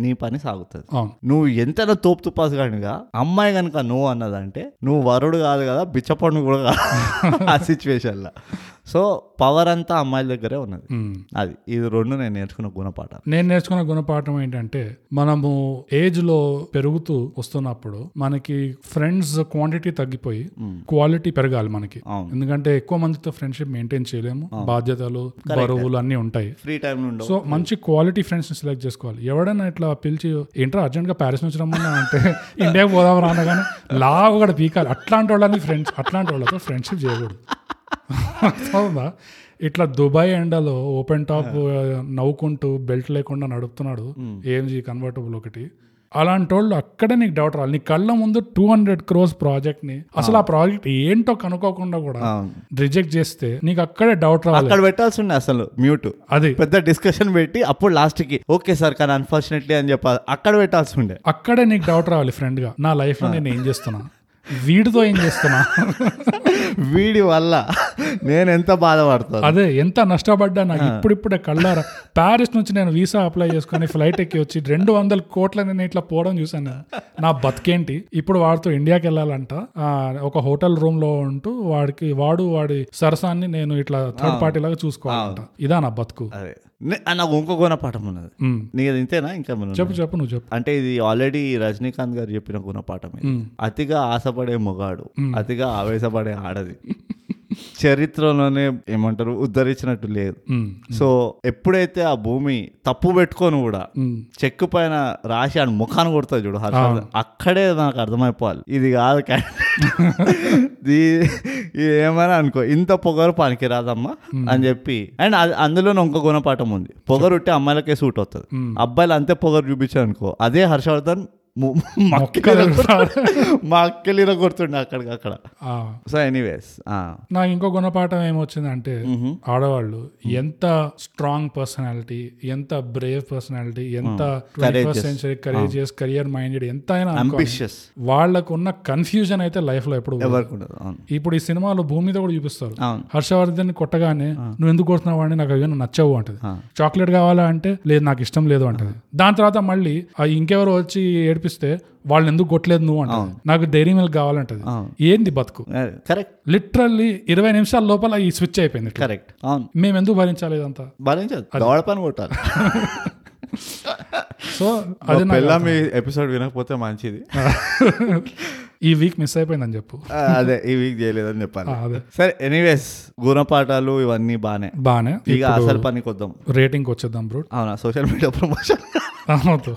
[SPEAKER 3] నీ పని సాగుతుంది
[SPEAKER 1] అవును
[SPEAKER 3] నువ్వు ఎంతైనా తోపు తుపాసు కానిగా అమ్మాయి కనుక నువ్వు అన్నదంటే నువ్వు వరుడు కాదు కదా బిచ్చపండు కూడా కాదు ఆ సిచ్యువేషన్లో సో పవర్ అంతా అమ్మాయిల దగ్గరే ఉన్నది
[SPEAKER 1] మ్మ్.
[SPEAKER 3] అది ఇది రెండు నేను నేర్చుకున్న గుణపాఠాలు
[SPEAKER 1] నేను నేర్చుకున్న గుణపాఠం ఏంటంటే మనము ఏజ్ లో పెరుగుతూ వస్తున్నప్పుడు మనకి ఫ్రెండ్స్ క్వాంటిటీ తగ్గిపోయి క్వాలిటీ పెరగాలి మనకి
[SPEAKER 3] అవును.
[SPEAKER 1] ఎందుకంటే ఎక్కువ మందితో ఫ్రెండ్షిప్ మెయింటైన్ చేయలేము బాధ్యతలు బరువులు అన్నీ ఉంటాయి
[SPEAKER 3] ఫ్రీ టైం నుండి
[SPEAKER 1] సో మంచి క్వాలిటీ ఫ్రెండ్స్ ని సెలెక్ట్ చేసుకోవాలి ఎవడైనా ఇట్లా పిలిచి ఏంట్రా అర్జెంట్ గా ప్యారిస్ నుంచి రమ్మన్నా అంటే ఇండియాకి పోదాం రానగానే లావు కూడా పీకాలి అట్లాంటి వాళ్ళని ఫ్రెండ్స్ అట్లాంటి వాళ్ళతో ఫ్రెండ్షిప్ చేయకూడదు అవునా ఇట్లా దుబాయ్ ఎండలో ఓపెన్ టాప్ ఆ, నవ్వుకుంటూ బెల్ట్ లేకుండా నడుపుతున్నాడు
[SPEAKER 3] Hmm.
[SPEAKER 1] ఏఎంజీ కన్వర్టబుల్ ఒకటి అలాంటి వాళ్ళు అక్కడే నీకు డౌట్ రావాలి నీ కళ్ళ ముందు టూ హండ్రెడ్ క్రోస్ ప్రాజెక్ట్ ని అసలు ఆ ప్రాజెక్ట్ ఏంటో కనుక్కోకుండా కూడా
[SPEAKER 3] అవును.
[SPEAKER 1] రిజెక్ట్ చేస్తే నీకు అక్కడే డౌట్ రావాలి
[SPEAKER 3] అక్కడ పెట్టాల్సి ఉండే అసలు మ్యూట్
[SPEAKER 1] అది
[SPEAKER 3] పెద్ద డిస్కషన్ పెట్టి అప్పుడు లాస్ట్కి ఓకే సార్ కానీ అన్ఫార్చునేట్లీ అని చెప్పాలి అక్కడ పెట్టాల్సి ఉండే
[SPEAKER 1] అక్కడే నీకు డౌట్ రావాలి ఫ్రెండ్ గా నా లైఫ్ లో నేను ఏం చేస్తున్నా వీడితో ఏం చేస్తున్నా
[SPEAKER 3] వీడి వల్ల నేను ఎంత బాధపడతాను
[SPEAKER 1] అదే ఎంత నష్టపడ్డా నాకు ఇప్పుడిప్పుడే కళ్ళారా ప్యారిస్ నుంచి నేను వీసా అప్లై చేసుకొని ఫ్లైట్ ఎక్కి వచ్చి రెండు వందల కోట్ల నేను ఇట్లా పోవడం చూసాను నేను. నా బతికేంటి ఇప్పుడు వాడితో ఇండియాకి వెళ్ళాలంట ఆ, ఒక హోటల్ రూమ్ లో ఉంటూ వాడికి వాడు వాడి సరసాన్ని నేను ఇట్లా థర్డ్ పార్టీ లాగా చూసుకోవాలంట ఇదా నా బతుకు
[SPEAKER 3] అదే నే- ఆ, నాకు ఇంకో గుణపాఠం ఉన్నది
[SPEAKER 1] ఉమ్.
[SPEAKER 3] నీకు అది ఇంతేనా ఇంకా ఏమైనా
[SPEAKER 1] చెప్పు చెప్పు నువ్వు చెప్పు
[SPEAKER 3] ఉందా? అంటే ఇది ఆల్రెడీ రజనీకాంత్ గారు చెప్పిన గుణపాఠం ఇది అతిగా ఆశపడే మొగాడు అతిగా ఆవేశపడే ఆడది చరిత్రలోనే ఏమంటారు ఉద్ధరించినట్టు లేదు
[SPEAKER 1] ఉమ్.
[SPEAKER 3] సో ఎప్పుడైతే ఆ భూమి తప్పు పెట్టుకొని కూడా చెక్కు పైన రాసి ఆడ ముఖాన్ని కొడతాడు చూడు హర్షవర్ధన్ అక్కడే నాకు అర్థమైపోవాలి ఇది కాదు కా- ఇది ఇది ఏమైనా అనుకో ఇంత పొగరు పనికిరాదమ్మా అని చెప్పి అండ్ అందులోనే ఇంకో గుణపాఠం ఉంది పొగరు ఉంటే అమ్మాయిలకే సూట్ అవుతుంది అబ్బాయిలు అంతే పొగరు చూపించారు అనుకో అదే హర్షవర్ధన్ ము- మక్కిలిర కొడుతుండు. మక్కిలిర కొడుతుండే అక్కడికి అక్కడ
[SPEAKER 1] ఆ.
[SPEAKER 3] సో ఎనీవేస్
[SPEAKER 1] నాకు ఇంకో గుణపాఠం ఏమొచ్చిందంటే ఆడవాళ్ళు ఎంత స్ట్రాంగ్ పర్సనాలిటీ ఎంత బ్రేవ్ పర్సనాలిటీ ఎంత twenty first century courageous career minded ఎంత అయినా అనుకో,
[SPEAKER 3] అంబిషియస్
[SPEAKER 1] వాళ్ళకున్న కన్ఫ్యూజన్ అయితే లైఫ్ లో ఎప్పుడు ఉండదు.
[SPEAKER 3] ఎవరికి ఉండదు అవును
[SPEAKER 1] ఇప్పుడు ఈ సినిమాలో భూమి మీద కూడా చూపిస్తారు
[SPEAKER 3] అవును.
[SPEAKER 1] హర్షవర్ధన్ కొట్టగానే నువ్వు ఎందుకు కొడుతున్నావు అని నాకు అవి నచ్చవు అంటది చాక్లెట్ కావాలా అంటే లేదు నాకు ఇష్టం లేదు అంటది దాని తర్వాత మళ్ళీ ఆ ఇంకెవరో వచ్చి ఏడిపిస్తే వాళ్ళని ఎందుకు కొట్టలేదు నువ్వు అంటది నాకు డైరీ మిల్క్ కావాలంటది ఏంది బతుకు
[SPEAKER 3] కరెక్ట్
[SPEAKER 1] లిటరల్లీ ఇరవై నిమిషాల లోపల ఈ స్విచ్ అయిపోయింది ఇట్లా.
[SPEAKER 3] కరెక్ట్ అవును
[SPEAKER 1] మేము ఎందుకు భరించాలి ఇదంతా
[SPEAKER 3] భరించదు దవడ పని కొట్టాలి
[SPEAKER 1] సో అది నాకు
[SPEAKER 3] పిల్ల మీ ఎపిసోడ్ వినకపోతే మంచిది
[SPEAKER 1] ఈ వీక్ మిస్ అయిపోయిందని చెప్పు
[SPEAKER 3] ఆ, అదే ఈ వీక్ చేయలేదని చెప్పాలి
[SPEAKER 1] ఆ, అదే
[SPEAKER 3] సరే ఎనీవేస్ గుణపాఠాలు ఇవన్నీ బానే
[SPEAKER 1] బానే
[SPEAKER 3] ఇక అసలు పనికి వద్దాం
[SPEAKER 1] రేటింగ్ వచ్చేద్దాం బ్రో
[SPEAKER 3] అవునా సోషల్ మీడియా ప్రమోషన్
[SPEAKER 1] అవును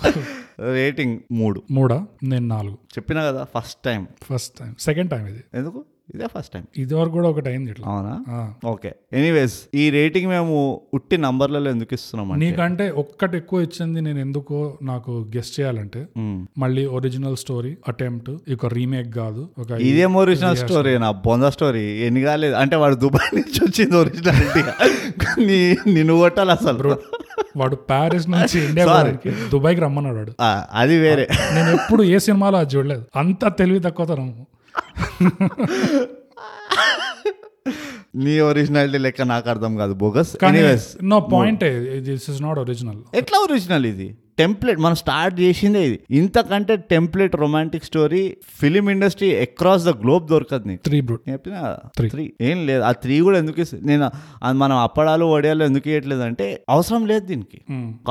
[SPEAKER 3] రేటింగ్ మూడు
[SPEAKER 1] మూడా నేను నాలుగు
[SPEAKER 3] చెప్పినా కదా first time
[SPEAKER 1] first time second time ఇది
[SPEAKER 3] ఎందుకు ఇదే ఫస్ట్ టైం
[SPEAKER 1] ఇది వరకు కూడా ఒకటి అయింది ఇట్లా
[SPEAKER 3] అవునా
[SPEAKER 1] ఆ.
[SPEAKER 3] ఓకే ఎనీవేస్ ఈ రేటింగ్ మేము ఉట్టి నంబర్లలో ఎందుకు ఇస్తున్నాం అంటే
[SPEAKER 1] నీకంటే ఒక్కటి ఎక్కువ ఇచ్చింది నేను ఎందుకో నాకు గెస్ట్ చేయాలంటే
[SPEAKER 3] మ్.
[SPEAKER 1] మళ్ళీ ఒరిజినల్ స్టోరీ అటెంప్ట్ ఒక రీమేక్ కాదు ఒక
[SPEAKER 3] ఇదేం ఒరిజినల్ స్టోరీ నా బొంద స్టోరీ ఎన్ని కాలేదు అంటే వాడు దుబాయ్ నుంచి వచ్చింది ఒరిజినాలిటీ నీ నిన్ను కొట్టాలి అసలు
[SPEAKER 1] వాడు ప్యారిస్ నుంచి ఇండియా పోవడానికి దుబాయ్కి రమ్మన్నాడు వాడు
[SPEAKER 3] ఆ, అది వేరే
[SPEAKER 1] నేను ఎప్పుడు ఏ సినిమాలో అది చూడలేదు అంతా తెలివి తక్కువతనం
[SPEAKER 3] నీ ఒరిజినాలిటీ లెక్క నాకు అర్థం కాదు బోగస్
[SPEAKER 1] కానీ
[SPEAKER 3] anyways
[SPEAKER 1] no point this is not original
[SPEAKER 3] ఎట్లా ఒరిజినల్ ఇది టెంప్లెట్ మనం స్టార్ట్ చేసిందే ఇది ఇంతకంటే template romantic story film industry across the globe దొరకదు నీకు
[SPEAKER 1] త్రీ బ్రూట్
[SPEAKER 3] నేను చెప్పిన
[SPEAKER 1] Three.
[SPEAKER 3] త్రీ ఏం లేదు ఆ త్రీ కూడా ఎందుకు ఇస్- నేను ఆ- మనం అప్పడాలు వడియాలు ఎందుకు ఇవ్వట్లేదు అంటే అవసరం లేదు దీనికి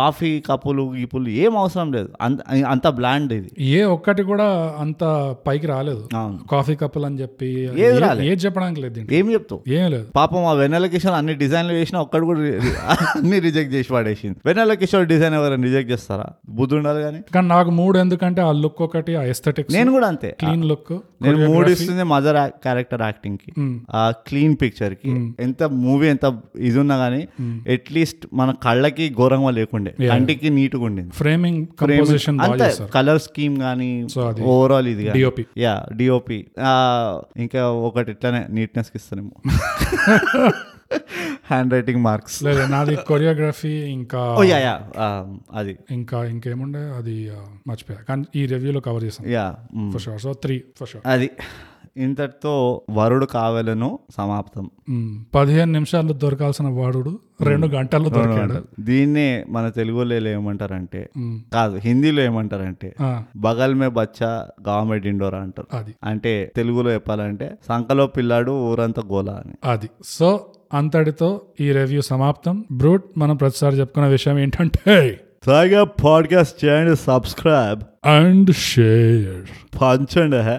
[SPEAKER 3] కాఫీ కప్పులు గీపులు ఏం అవసరం లేదు అంత అంత బ్లాండ్ ఇది
[SPEAKER 1] ఏ ఒక్కటి కూడా అంత పైకి రాలేదు
[SPEAKER 3] అవును.
[SPEAKER 1] కాఫీ కప్పులు అని చెప్పి
[SPEAKER 3] ఏది
[SPEAKER 1] ఏ-
[SPEAKER 3] రాలేదు.
[SPEAKER 1] ఏది చెప్పడానికి లేదు దీంట్లో
[SPEAKER 3] ఏం చెప్తావు
[SPEAKER 1] ఏం లేదు
[SPEAKER 3] పాపం ఆ వెన్నెల కిషోర్ అన్ని డిజైన్లు వేసినా ఒక్కడు కూడా రి- అన్ని రిజెక్ట్ చేసి పడేసింది వెన్నెల కిషోర్ డిజైన్ ఎవరైనా రిజెక్ట్ చేస్తారా బుద్ధి ఉండాలి కానీ
[SPEAKER 1] కానీ నాకు మూడు ఎందుకంటే ఆ లుక్ ఒకటి ఆ ఎస్థెటిక్స్
[SPEAKER 3] నేను కూడా అంతే
[SPEAKER 1] క్లీన్ లుక్
[SPEAKER 3] నేను మూడు ఇస్తుంది మదర్ క్యారెక్టర్ యాక్టింగ్ కి
[SPEAKER 1] Hmm.
[SPEAKER 3] ఆ క్లీన్ పిక్చర్ కి ఎంత మూవీ ఎంత ఇది ఉన్నా గానీ
[SPEAKER 1] Hmm.
[SPEAKER 3] అట్లీస్ట్ మన కళ్ళకి ఘోరంగా లేకుండే కంటికి నీట్గా ఉండింది
[SPEAKER 1] ఫ్రేమింగ్ కంపోజిషన్ బాగా
[SPEAKER 3] అంతే
[SPEAKER 1] చేస్తారు
[SPEAKER 3] కలర్ స్కీమ్ కానీ
[SPEAKER 1] సో అది
[SPEAKER 3] ఓవరాల్ ఇది గానీ.
[SPEAKER 1] డిఓపి
[SPEAKER 3] యా డిఓపి ఇంకా ఒకటి ఇట్లానే నీట్నెస్ కి ఇస్తానేమో హ్యాండ్ రైటింగ్ మార్క్స్
[SPEAKER 1] లేదు నాది కొరియోగ్రఫీ ఇంకా
[SPEAKER 3] ఓ యా యా అది
[SPEAKER 1] ఇంకా ఇంకేముండే అది ఆ, మర్చిపోయా కానీ ఈ రివ్యూలో కవర్ చేసాం
[SPEAKER 3] yeah
[SPEAKER 1] for sure so three for sure
[SPEAKER 3] mm. అది ఇంతటితో వరుడు కావలను సమాప్తం
[SPEAKER 1] పదిహేను నిమిషాల్లో దొరకాల్సిన వాడు రెండు గంటల్లో దొరికాడు
[SPEAKER 3] దీన్నే మన తెలుగులో ఏమంటారంటే కాదు హిందీలో ఏమంటారంటే
[SPEAKER 1] ఆ,
[SPEAKER 3] బగల్ మే బచ్చా గవర్నమెంట్ ఇండోరా అంటారు
[SPEAKER 1] అది
[SPEAKER 3] అంటే తెలుగులో చెప్పాలంటే సంకలో పిల్లాడు ఊరంతా గోలా అని
[SPEAKER 1] అది సో అంతటితో ఈ రివ్యూ సమాప్తం బ్రూట్ మనం ప్రతిసారి చెప్పుకున్న విషయం ఏంటంటే
[SPEAKER 3] తాగా పాడ్కాస్ట్ చేయండి సబ్స్క్రైబ్
[SPEAKER 1] అండ్ షేర్
[SPEAKER 3] పంచండి హే